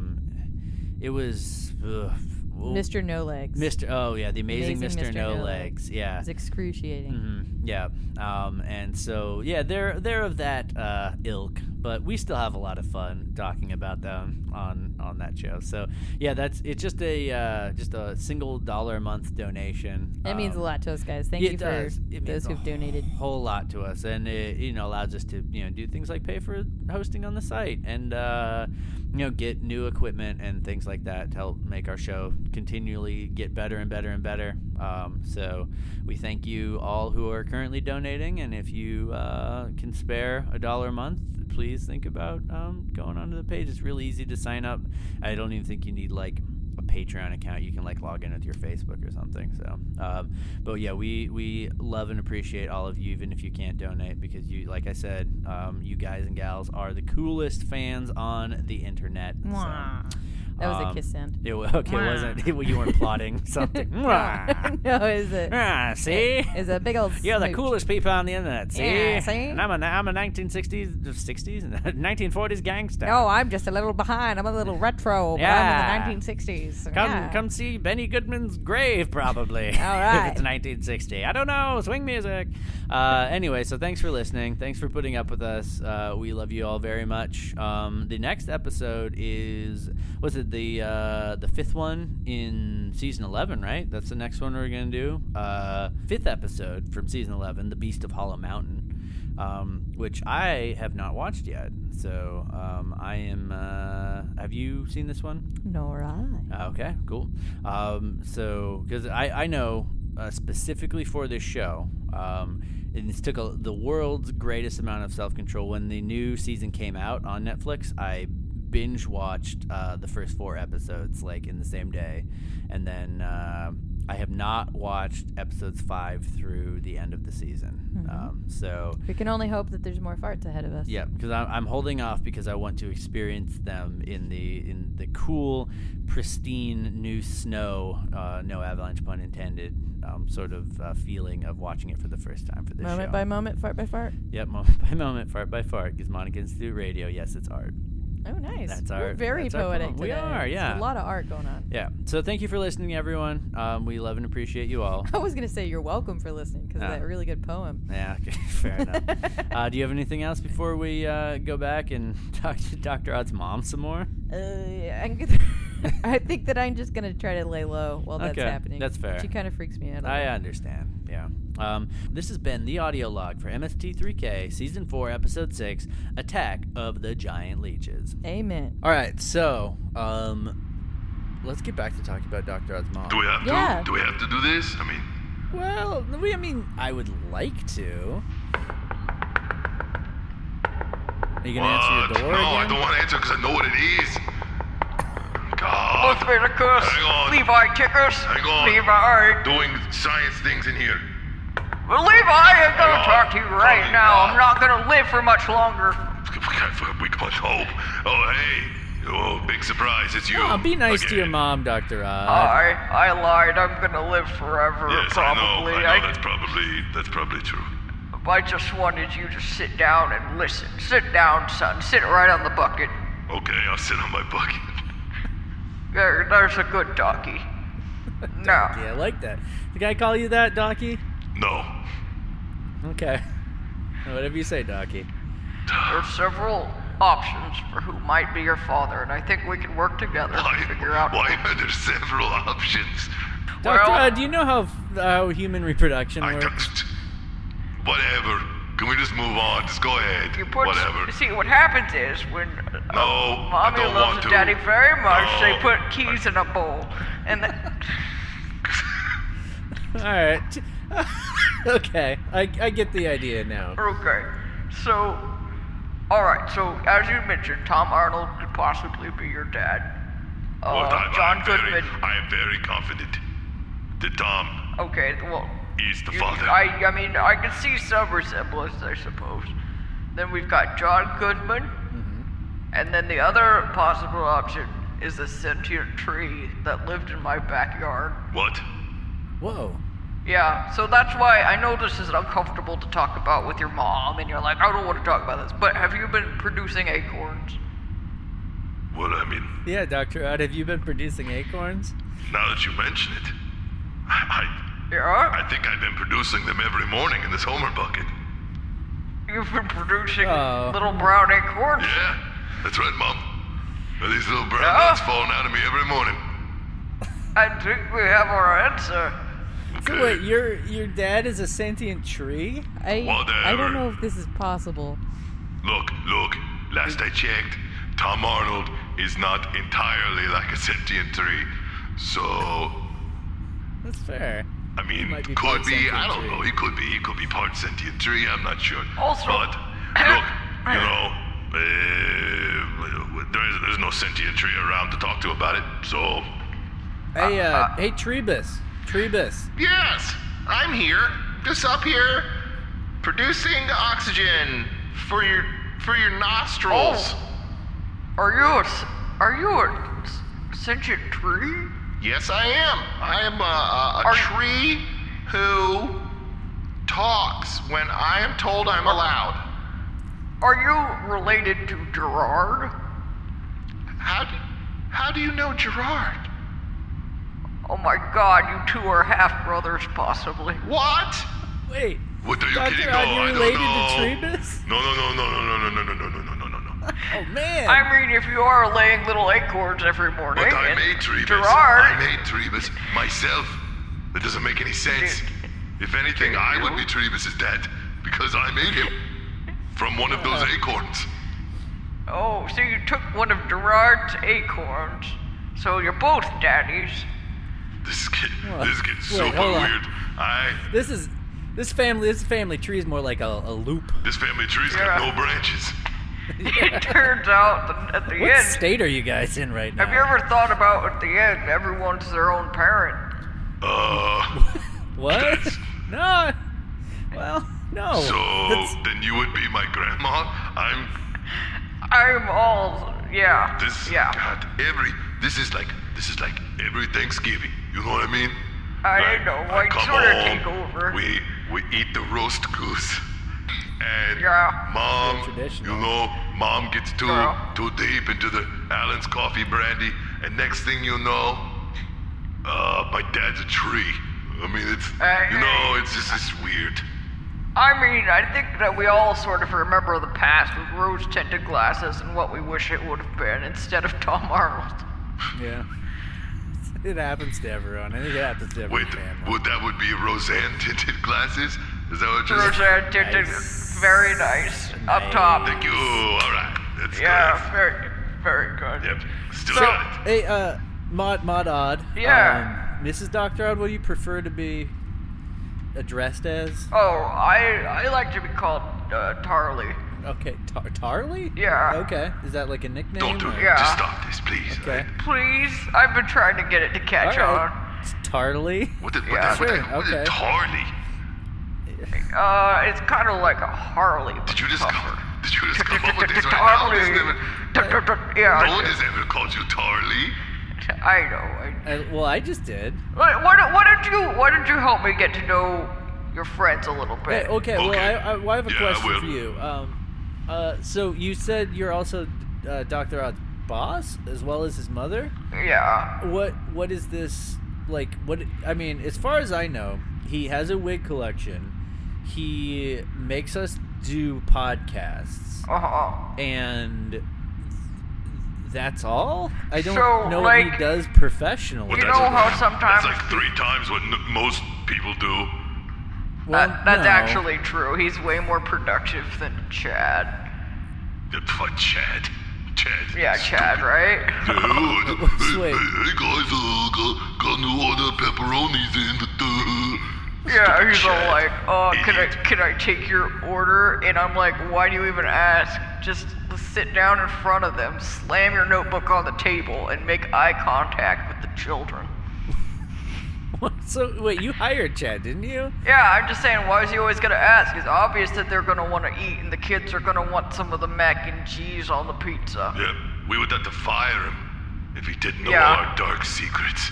Um, it was. ugh, well,
Mr. No Legs.
Mr. Oh, yeah, The Amazing,
Amazing
Mr. No, Legs. Yeah.
It's excruciating.
Mhm, Yeah. Um, and so yeah, they're they're of that uh, ilk, but we still have a lot of fun talking about them on on that show. So yeah, that's it's just a uh, just a single dollar a month donation.
That means a
Um,
lot to us guys. Thank
it
you for
does. It means
those
a
who've donated.
whole lot to us and it you know allows us to you know do things like pay for hosting on the site and uh, you know get new equipment and things like that to help make our show continually get better and better and better um, so we thank you all who are currently donating and if you uh, can spare a dollar a month please think about um, going onto the page it's really easy to sign up i don't even think you need like a Patreon account. You can like log in with your Facebook or something. So, um, but yeah, we we love and appreciate all of you, even if you can't donate, because you, like I said, um, you guys and gals are the coolest fans on the internet. So,
That was a
Um,
kiss sound.
It, wa- okay, it wasn't. you weren't plotting something. Mwah.
no, is it?
Ah, see?
Is a big old.
You're the
smooch.
coolest people on the internet. See?
Yeah, see?
And I'm a, I'm a 1960s, 60s, 1940s gangster.
Oh,
No, I'm just a little behind. Oh, I'm a little retro. but
Yeah.
I'm in the 1960s.
Come,
Yeah.
come see Benny Goodman's grave, probably. All
right.
if it's 1960. I don't know. Swing music. Uh, anyway, so thanks for listening. Thanks for putting up with us. Uh, we love you all very much. Um, the next episode is was it the uh, the fifth one in season 11? Right. That's the next one we're gonna do. Uh, fifth episode from season 11, the Beast of Hollow Mountain. Um, which I have not watched yet, so um, I am. Uh, have you seen this one?
Nor I.
Uh, Okay, cool. Um, so, because I, I know uh, specifically for this show, um, and this took a, the world's greatest amount of self control. When the new season came out on Netflix, I binge watched uh, the first four episodes like in the same day, and then uh, I have not watched episodes five through the end of the season. Um, so,
We can only hope that there's more farts ahead of us.
yeah, because I'm, I'm holding off because I want to experience them in the in the cool, pristine new snow, uh, no avalanche pun intended, um, sort of uh, feeling of watching it for the first time for this
Moment
show.
by moment, fart by fart.
yep, moment by moment, fart by fart. Gizmonic Institute Radio. Yes, it's art.
Oh, nice.
That's
We're
our-
very
that's our
poetic.
poem. We
today.
are,
There's a
yeah.
lot of art going on.
Yeah. So thank you for listening, everyone. Um, we love and appreciate you all.
I was gonna say you're welcome for listening because
Yeah.
that really good poem.
Yeah, okay, fair enough. uh, do you have anything else before we uh, go back and talk to Dr. Odd's mom some more?
Uh, I'm gonna- I think that I'm just gonna try to lay low while that's
Okay,
happening.
that's fair.
She kind of freaks me out. a
I
little.
understand. Yeah. Um, this has been the audio log for MST3K, Season 4, Episode 6 Attack of the Giant Leeches.
Amen.
All right, so um, let's get back to talking about Dr. Odd's mom.
Do we have
Yeah.
to? Do we have to do this? I mean,
Well, we, I mean, I would like to. Are you going to answer
what?
your door?
no, I
again?
don't want to answer because I know what it is. God,
Oathbreaker curse.
Hang on.
Levi kickers.
Hang on.
Levi.
doing science things in here.
Well, Levi, I'm
Hang on.
gonna talk to you right
Calling
now.
God.
I'm not gonna live for much longer.
We got hope. Oh, hey. Oh, big surprise. It's you.
Oh, be nice to your
Again.
mom, Dr. Odd.
I I lied. I'm gonna live forever,
Yes,
probably.
I know. I know that's probably that's probably true.
I just wanted you to sit down and listen. Sit down, son. Sit right on the bucket.
Okay, I'll sit on my bucket.
There, there's a good doggy. No.
yeah, I like that. Did I call you that, Docky?
No.
Okay. Whatever you say, Docky.
There are several options for who might be your father, and I think we can work together
Why?
to figure out.
Why are there several options?
Doctor,
Well-
uh, do you know how how human reproduction
I
works?
just. Whatever. Can we just move on? Just go ahead.
You put,
Whatever.
You see, what happens is when uh,
No, I
mommy
don't
loves
want to.
daddy very much, they
No.
put keys in a bowl, and th-
All right. okay, I, I get the idea now.
okay. So, all right. So as you mentioned, Tom Arnold could possibly be your dad. Uh,
Well, I'm,
John
I'm
Goodman.
Very, I am very confident that Tom
Okay. Well,
is the
you-
father.
I I mean I can see some resemblance, I suppose. Then we've got John Goodman, and then the other possible option is a sentient tree that lived in my backyard.
What?
Whoa.
Yeah, so that's why I know this is uncomfortable to talk about with your mom, and you're like, I don't want to talk about this. But have you been producing acorns?
Well, I mean,
Yeah, Doctor Odd, have you been producing acorns?
now that you mention it, I,
Yeah,
I think I've been producing them every morning in this Homer bucket.
you've been producing
Oh.
little brown acorns.
Yeah, that's right, Mom. Well, These little brown
Yeah?
nuts falling out of me every morning.
I think we have our answer.
So wait, your your dad is a sentient tree?
I I
Whatever.
don't know if this is possible.
Look, look, last I checked, Tom Arnold is not entirely like a sentient tree. So,
That's fair.
I mean,
Might be part
could be,
sentient
I don't
tree.
know, he could be, he could be part sentient tree, I'm not sure.
Also-
but, look, you know, uh, there is, there's no sentient tree around to talk to about it, so,
Hey, uh, hey, Trebus, Trebus.
Yes, I'm here, just up here, producing oxygen for your for your nostrils.
Are you a, s- are you a s- sentient tree?
Yes, I am. I am a, a, a
Are-
tree who talks when I am told I'm allowed.
Are you related to Gerard?
How do, how do you know Gerard?
Oh my god, you two are half brothers, possibly.
What?
Wait,
What are you
Doctor,
kidding? No,
are you
I
related
don't know.
to Trebus?
No, no, no, no, no, no, no, no, no, no, no, no, no, no.
Oh man.
I mean, if you are laying little acorns every morning.
But I
and
made Trebus. I
Gerard.
made Trebus myself. That doesn't make any sense. If anything, I would be Trebus's dad because I made him from one of those acorns.
Oh, so you took one of Gerard's acorns. So you're both daddies.
This kid, this kid's
Wait,
super
hold on.
weird. I
this is this family. This family tree is more like a, a loop.
this family tree's got
Yeah.
no branches.
It turns out that at the
What
end.
state are you guys in right now?
Have you ever thought about at the end, everyone's their own parent?
Uh,
What? no. Well, no.
so
That's-
then you would be my grandma. I'm
I'm all. Yeah.
This
yeah.
God, every this is like this is like every Thanksgiving. You know what I mean?
I
Like,
know,
I
I
Uh, come
sorta
home,
take over.
We we eat the roast goose, and
Yeah.
mom,
Very traditional.
you know, mom gets too
Yeah.
too deep into the Allen's coffee brandy, and next thing you know, uh, my dad's a tree. I mean, it's
Hey,
you
hey.
know, it's just it's weird.
I mean, I think that we all sort of remember the past with rose tinted glasses and what we wish it would have been instead of Tom Arnold.
yeah. It happens to everyone. I think it happens to every
Wait,
family.
would that would be Roseanne tinted glasses? Is that what you're saying?
Rose tinted,
Nice.
very nice. Up top.
Thank you. All right, that's
Yeah,
correct.
very, very good.
Yep. Still
So-
got it.
Hey, uh, Mod Mod Odd.
Yeah.
Um, Mrs. Doctor Odd, what do you prefer to be addressed as?
Oh, I I like to be called uh, Tarly.
Okay, tar- Tarly.
Yeah.
Okay. Is that like a nickname?
Don't do
or-
it.
Yeah.
Just stop this, please.
Okay.
Please, I've been trying to get it to
All
catch
right. It's Tarly.
What did, what
Yeah.
did, what did,
Sure,
what did
okay.
Tarly?
on. Uh, it's kind of like a Harley.
Did you just come? Did you just come up with this right now? This
Tarly.
never- no one
Yeah,
has ever called you Tarly.
I know. I-
I, well, I just did.
Why, why, don't- why don't you Why don't you help me get to know your friends a little
Hey,
bit?
okay, well,
Okay.
I, I, well, I have a
Yeah, I
question
will.
for you. Um, uh, so you said you're also uh, Doctor Odd's boss as well as his mother.
Yeah.
What what is this like? What I mean, as far as I know, he has a wig collection. He makes us do podcasts,
Uh huh.
and that's all. I don't
So,
know what
like-
he does professionally.
You
that's
know
a-
how sometimes
That's like three times what n- most people do.
Well,
that, uh, that's
no.
actually true. He's way more productive than Chad.
That's for Chad. Chad.
Yeah, Chad, right?
Dude, hey,
Sweet.
hey guys, uh, got, got new order pepperonis in. Uh,
Yeah,
stupid
he's all
Chad.
like, "Oh, can I
Idiot.
can I take your order?" And I'm like, "Why do you even ask? Just sit down in front of them, slam your notebook on the table, and make eye contact with the children."
so wait, you hired Chad, didn't you?
Yeah, I'm just saying, why is he always gonna ask? It's obvious that they're gonna want to eat, and the kids are gonna want some of the mac and cheese on the pizza.
Yep. We would have to fire him if he didn't know
Yeah.
our dark secrets.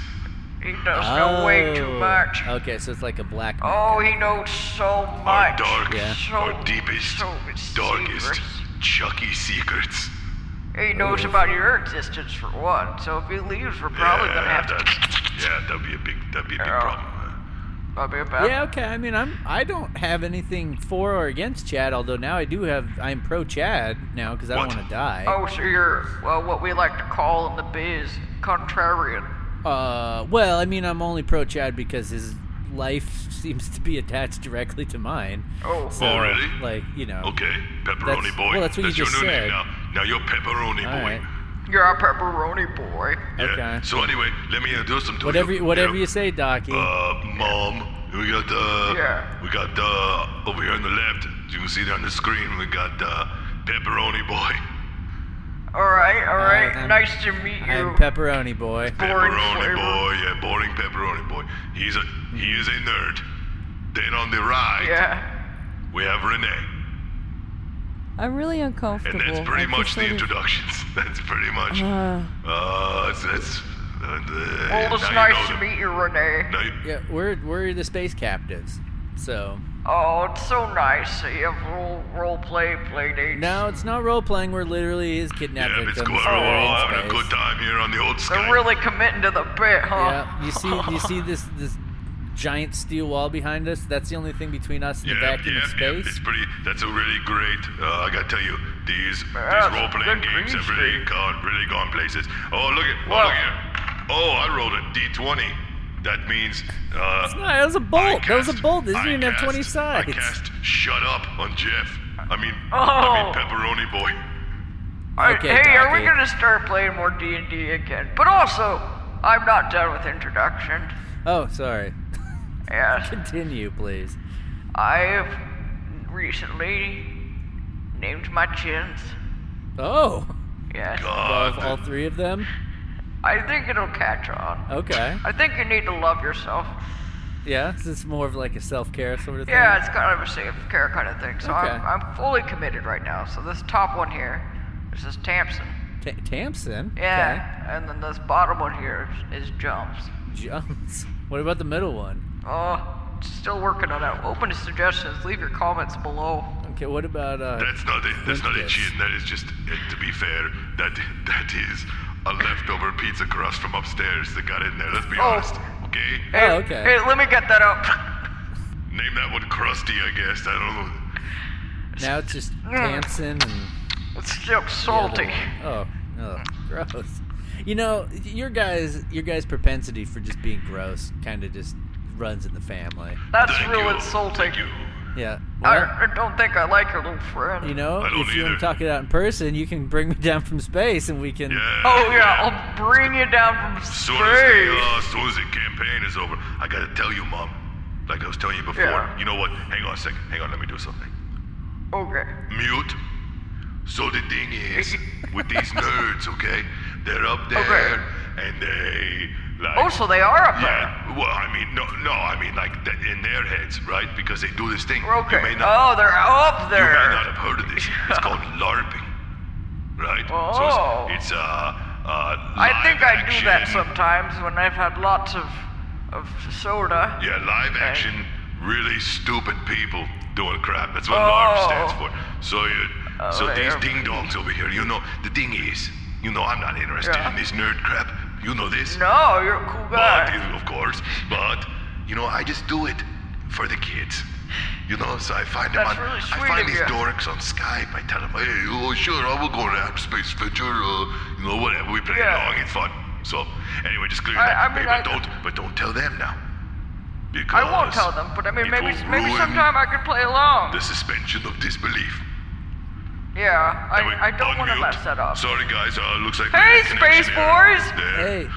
He does know way too
Oh.
much.
Okay, so it's like a black.
Oh, he knows so
Our
much.
dark,
Yeah.
so,
our deepest,
so
darkest,
secrets.
Chucky secrets.
He knows about your existence for one. So if he leaves, we're probably gonna have to.
that, yeah, that'd be a big, that'd be a big
Yeah.
problem. huh?
That'd be a bad.
Yeah, okay. I mean, I'm I don't have anything for or against Chad, although now I do have I'm pro Chad now because I don't
What?
want to die.
Oh, so you're well, what we like to call in the biz contrarian.
Uh, well, I mean, I'm only pro Chad because his life seems to be attached directly to mine.
Oh,
So,
Oh, really?
Like you know.
Okay, pepperoni
That's-
boy.
well, that's what you
your
just
new
said.
name now. Now you're pepperoni
All
boy.
right.
you're a pepperoni boy.
Yeah.
Okay.
So anyway, let me introduce him to
Whatever
you.
whatever
Yeah.
you say, Docky.
Uh, mom, we got uh,
Yeah.
we got uh, over here on the left. You can see it on the screen. We got uh, pepperoni boy.
All right, all right.
I'm-
nice to meet you.
I'm pepperoni boy.
Boring
pepperoni
flavor.
boy. Yeah, boring pepperoni boy. He's a he is a nerd. Then on the right,
yeah.
we have Renee.
I'm really uncomfortable.
And that's pretty
I'm
much
just
the
sort of-
introductions. That's pretty much.
Uh,
Uh, it's, that's And, uh,
Well, it's
now you know
nice to
them.
meet you, Renee.
Now you-
Yeah, we're we're the space captives. So
Oh, it's so nice that you have role, role play play dates.
no, it's not role playing. We're literally his kidnapped
yeah, it's
victims.
cool.
that
We're
are in
all having a
space.
good time here on the old
They're
sky.
really committing to the bit, huh?
Yeah, you see, you see this this giant steel wall behind us. That's the only thing between us and the
yeah,
vacuum
yeah,
of
yeah, it's
space.
pretty. That's a really great. Uh, I gotta tell you, these
Yeah,
these
it's
role playing
Ah, good
games have
green
really
screen.
gone really gone places. Oh look at oh
Wow.
look here. Oh, I rolled a d twenty. That means uh,
No, that was a bolt.
I
that was a
cast-
bolt. This
I
didn't even have twenty
cast-
sides.
I cast shut up on Jeff. I mean, I
Oh.
mean pepperoni boy.
I-
Okay,
hey, are we
Donkey.
gonna start playing more D and D again? But also, I'm not done with introduction.
Oh, sorry.
Yes,
Continue, please.
I've recently named my chins.
Oh,
Yes,
God,
all three of them.
I think it'll catch on.
Okay.
I think you need to love yourself.
Yeah, so it's more of like a self care sort of thing.
Yeah, it's kind of a safe care kind of thing. So
Okay.
I'm, I'm fully committed right now. So this top one here, this is Tamsin.
Ta- Tamsin.
Yeah, and then this bottom one here is, is Jumps.
Okay. Jumps. What about the middle one?
Oh, still working on it. Open to suggestions. Leave your comments below.
Okay. What about uh?
That's not a that's not a
Yes.
chin. That is just. uh, To be fair, that that is a leftover pizza crust from upstairs that got in there. Let's be
Oh.
honest. Oh, Okay.
Hey,
okay.
hey, let me get that up.
Name that one Krusty, I guess. I don't know.
Now it's just
Yeah.
Tamsin and.
It's still
other
salty.
one. Oh, oh, gross. You know, your guys, your guys' propensity for just being gross kind of just runs in the family.
That's
Thank
real
you.
insulting.
Thank you.
Yeah.
I, I don't think I like your little friend.
you know,
I don't
if you want to
either.
talk it out in person, you can bring me down from space, and we can.
Yeah.
oh yeah, I'll bring you down from
As soon as, the,
space.
uh, as soon as the campaign is over, I gotta tell you, Mom. Like I was telling you before.
Yeah.
You know what? Hang on a second. Hang on. Let me do something. uh,
Okay.
Mute. So the thing is, with these nerds, okay? They're up there
Okay.
and they like.
Oh, so they are up there.
yeah. Well, I mean, no, no. I mean, like th- in their heads, right? Because they do this thing. You
Okay.
may not,
oh, they're up
you
there.
may not have heard of this. It's called LARPing, right?
Oh.
So it's, it's uh, uh.
I think
live
I do
action-
that sometimes when I've had lots of of soda.
Yeah, live action, really stupid people doing crap. That's what
Oh.
LARP stands for. So you, so
Oh,
these
yeah.
ding dongs over here, you know, the thing is, you know, I'm not interested
Yeah.
in this nerd crap. You know this?
No, you're a cool
But,
guy.
of course, but, you know, I just do it for the kids. You know, so I find them
That's
on,
really
I
sweet
find
of
these
you.
dorks on Skype. I tell them, hey, oh, sure, I will go to App Space Adventure, uh, you know, whatever. We play
Yeah.
along, it's fun. So, anyway, just clear
I-
that.
I mean,
but
I-
don't, but don't tell them now. Because
I won't tell them, but I mean
it
maybe
will
maybe
ruin
sometime I could play along.
the suspension of disbelief.
yeah,
Anyway,
I, I don't want to
unmute.
mess that up.
Sorry, guys. Uh, looks like
Hey,
we had a connection
Space
error.
Boys!
There.
Hey.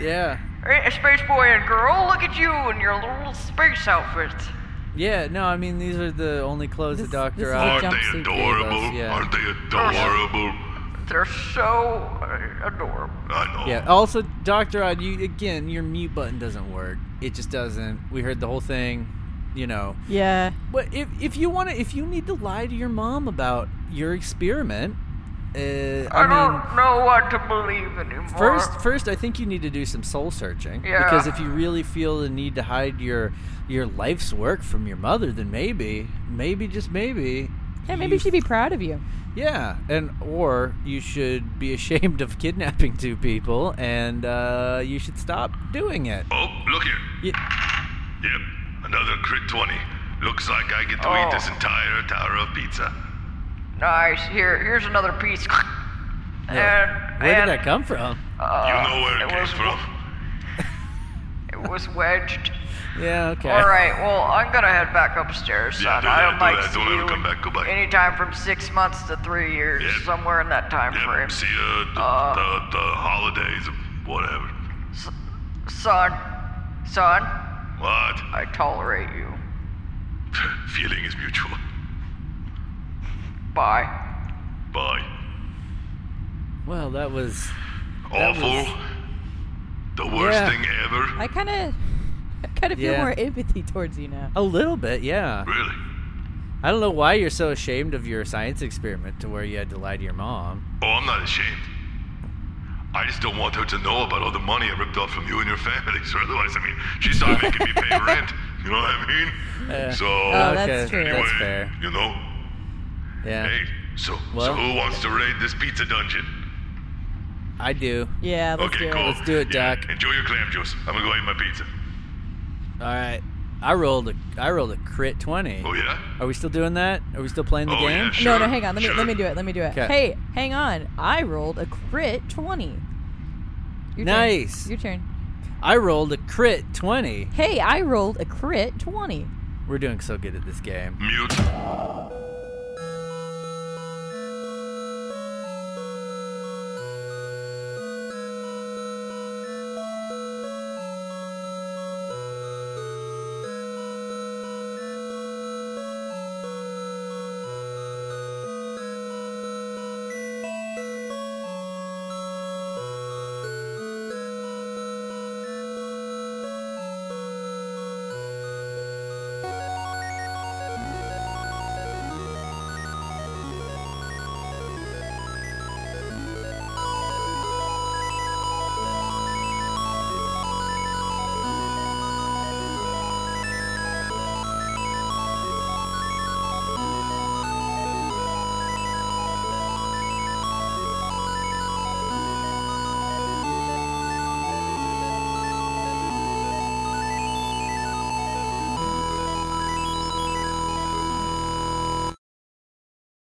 hey.
Yeah.
Hey, space boy and girl, look at you in your little space outfits.
Yeah. No, I mean these are the only clothes
This-
the
this is
doctor.
a
Aren't
jump-
offers.
they
jumpsuit
adorable?
gave us, yeah.
Aren't they adorable?
They're so uh, adorable.
I know.
Yeah. Also, Doctor Odd, you again, your mute button doesn't work. It just doesn't. We heard the whole thing. You know.
Yeah.
But if if you want to, if you need to lie to your mom about your experiment, uh, I,
I,
mean,
don't know what to believe anymore.
First, first, I think you need to do some soul searching.
Yeah.
Because if you really feel the need to hide your your life's work from your mother, then maybe, maybe just maybe,
Yeah, maybe
you-
she'd be proud of you.
yeah, and or you should be ashamed of kidnapping two people, and uh, you should stop doing it.
Oh, look here.
Ye-
Yep, another crit 20. Looks like I get to
Oh.
eat this entire tower of pizza.
nice. Here, here's another piece.
Yeah.
And,
Where
Uh, and,
did that come from?
Uh,
you know where it, came
was,
from.
It was wedged.
Yeah. Okay.
All right. Well, I'm gonna head back upstairs, son.
Yeah, do
I
that,
don't
do
like
that.
to
Don't
see
let him
you
come back. Goodbye.
Anytime from six months to three years,
Yeah.
somewhere in that time
Yep,
frame.
see uh, the, the, the holidays, whatever.
Son, son,
What?
I tolerate you.
Feeling is mutual.
Bye.
Bye.
Well, that was. That
Awful.
was-
The worst
Yeah.
thing ever.
I kind of, I kind of feel
Yeah.
more empathy towards you now.
A little bit, yeah.
Really?
I don't know why you're so ashamed of your science experiment to where you had to lie to your mom.
Oh, I'm not ashamed. I just don't want her to know about all the money I ripped off from you and your families, or otherwise, I mean, she's not making me pay rent. You know what I mean? so,
Oh, that's
okay,
true.
anyway,
That's fair.
you know,
Yeah,
hey, so, so
Well-
who wants to raid this pizza dungeon?
I do.
Yeah, let's
Okay,
do
cool.
it.
Let's do it,
Yeah,
Doc.
Enjoy your clam juice. I'm gonna go eat my pizza.
All right, I rolled a I rolled a crit twenty.
Oh yeah.
Are we still doing that? Are we still playing the
oh
game?
yeah. Sure.
No, no, hang on. Let me
sure.
let me do it. Let me do it.
'Kay.
Hey, hang on. I rolled a crit twenty. Your turn.
Nice.
Your turn.
I rolled a crit twenty.
Hey, I rolled a crit twenty.
We're doing so good at this game.
Mute.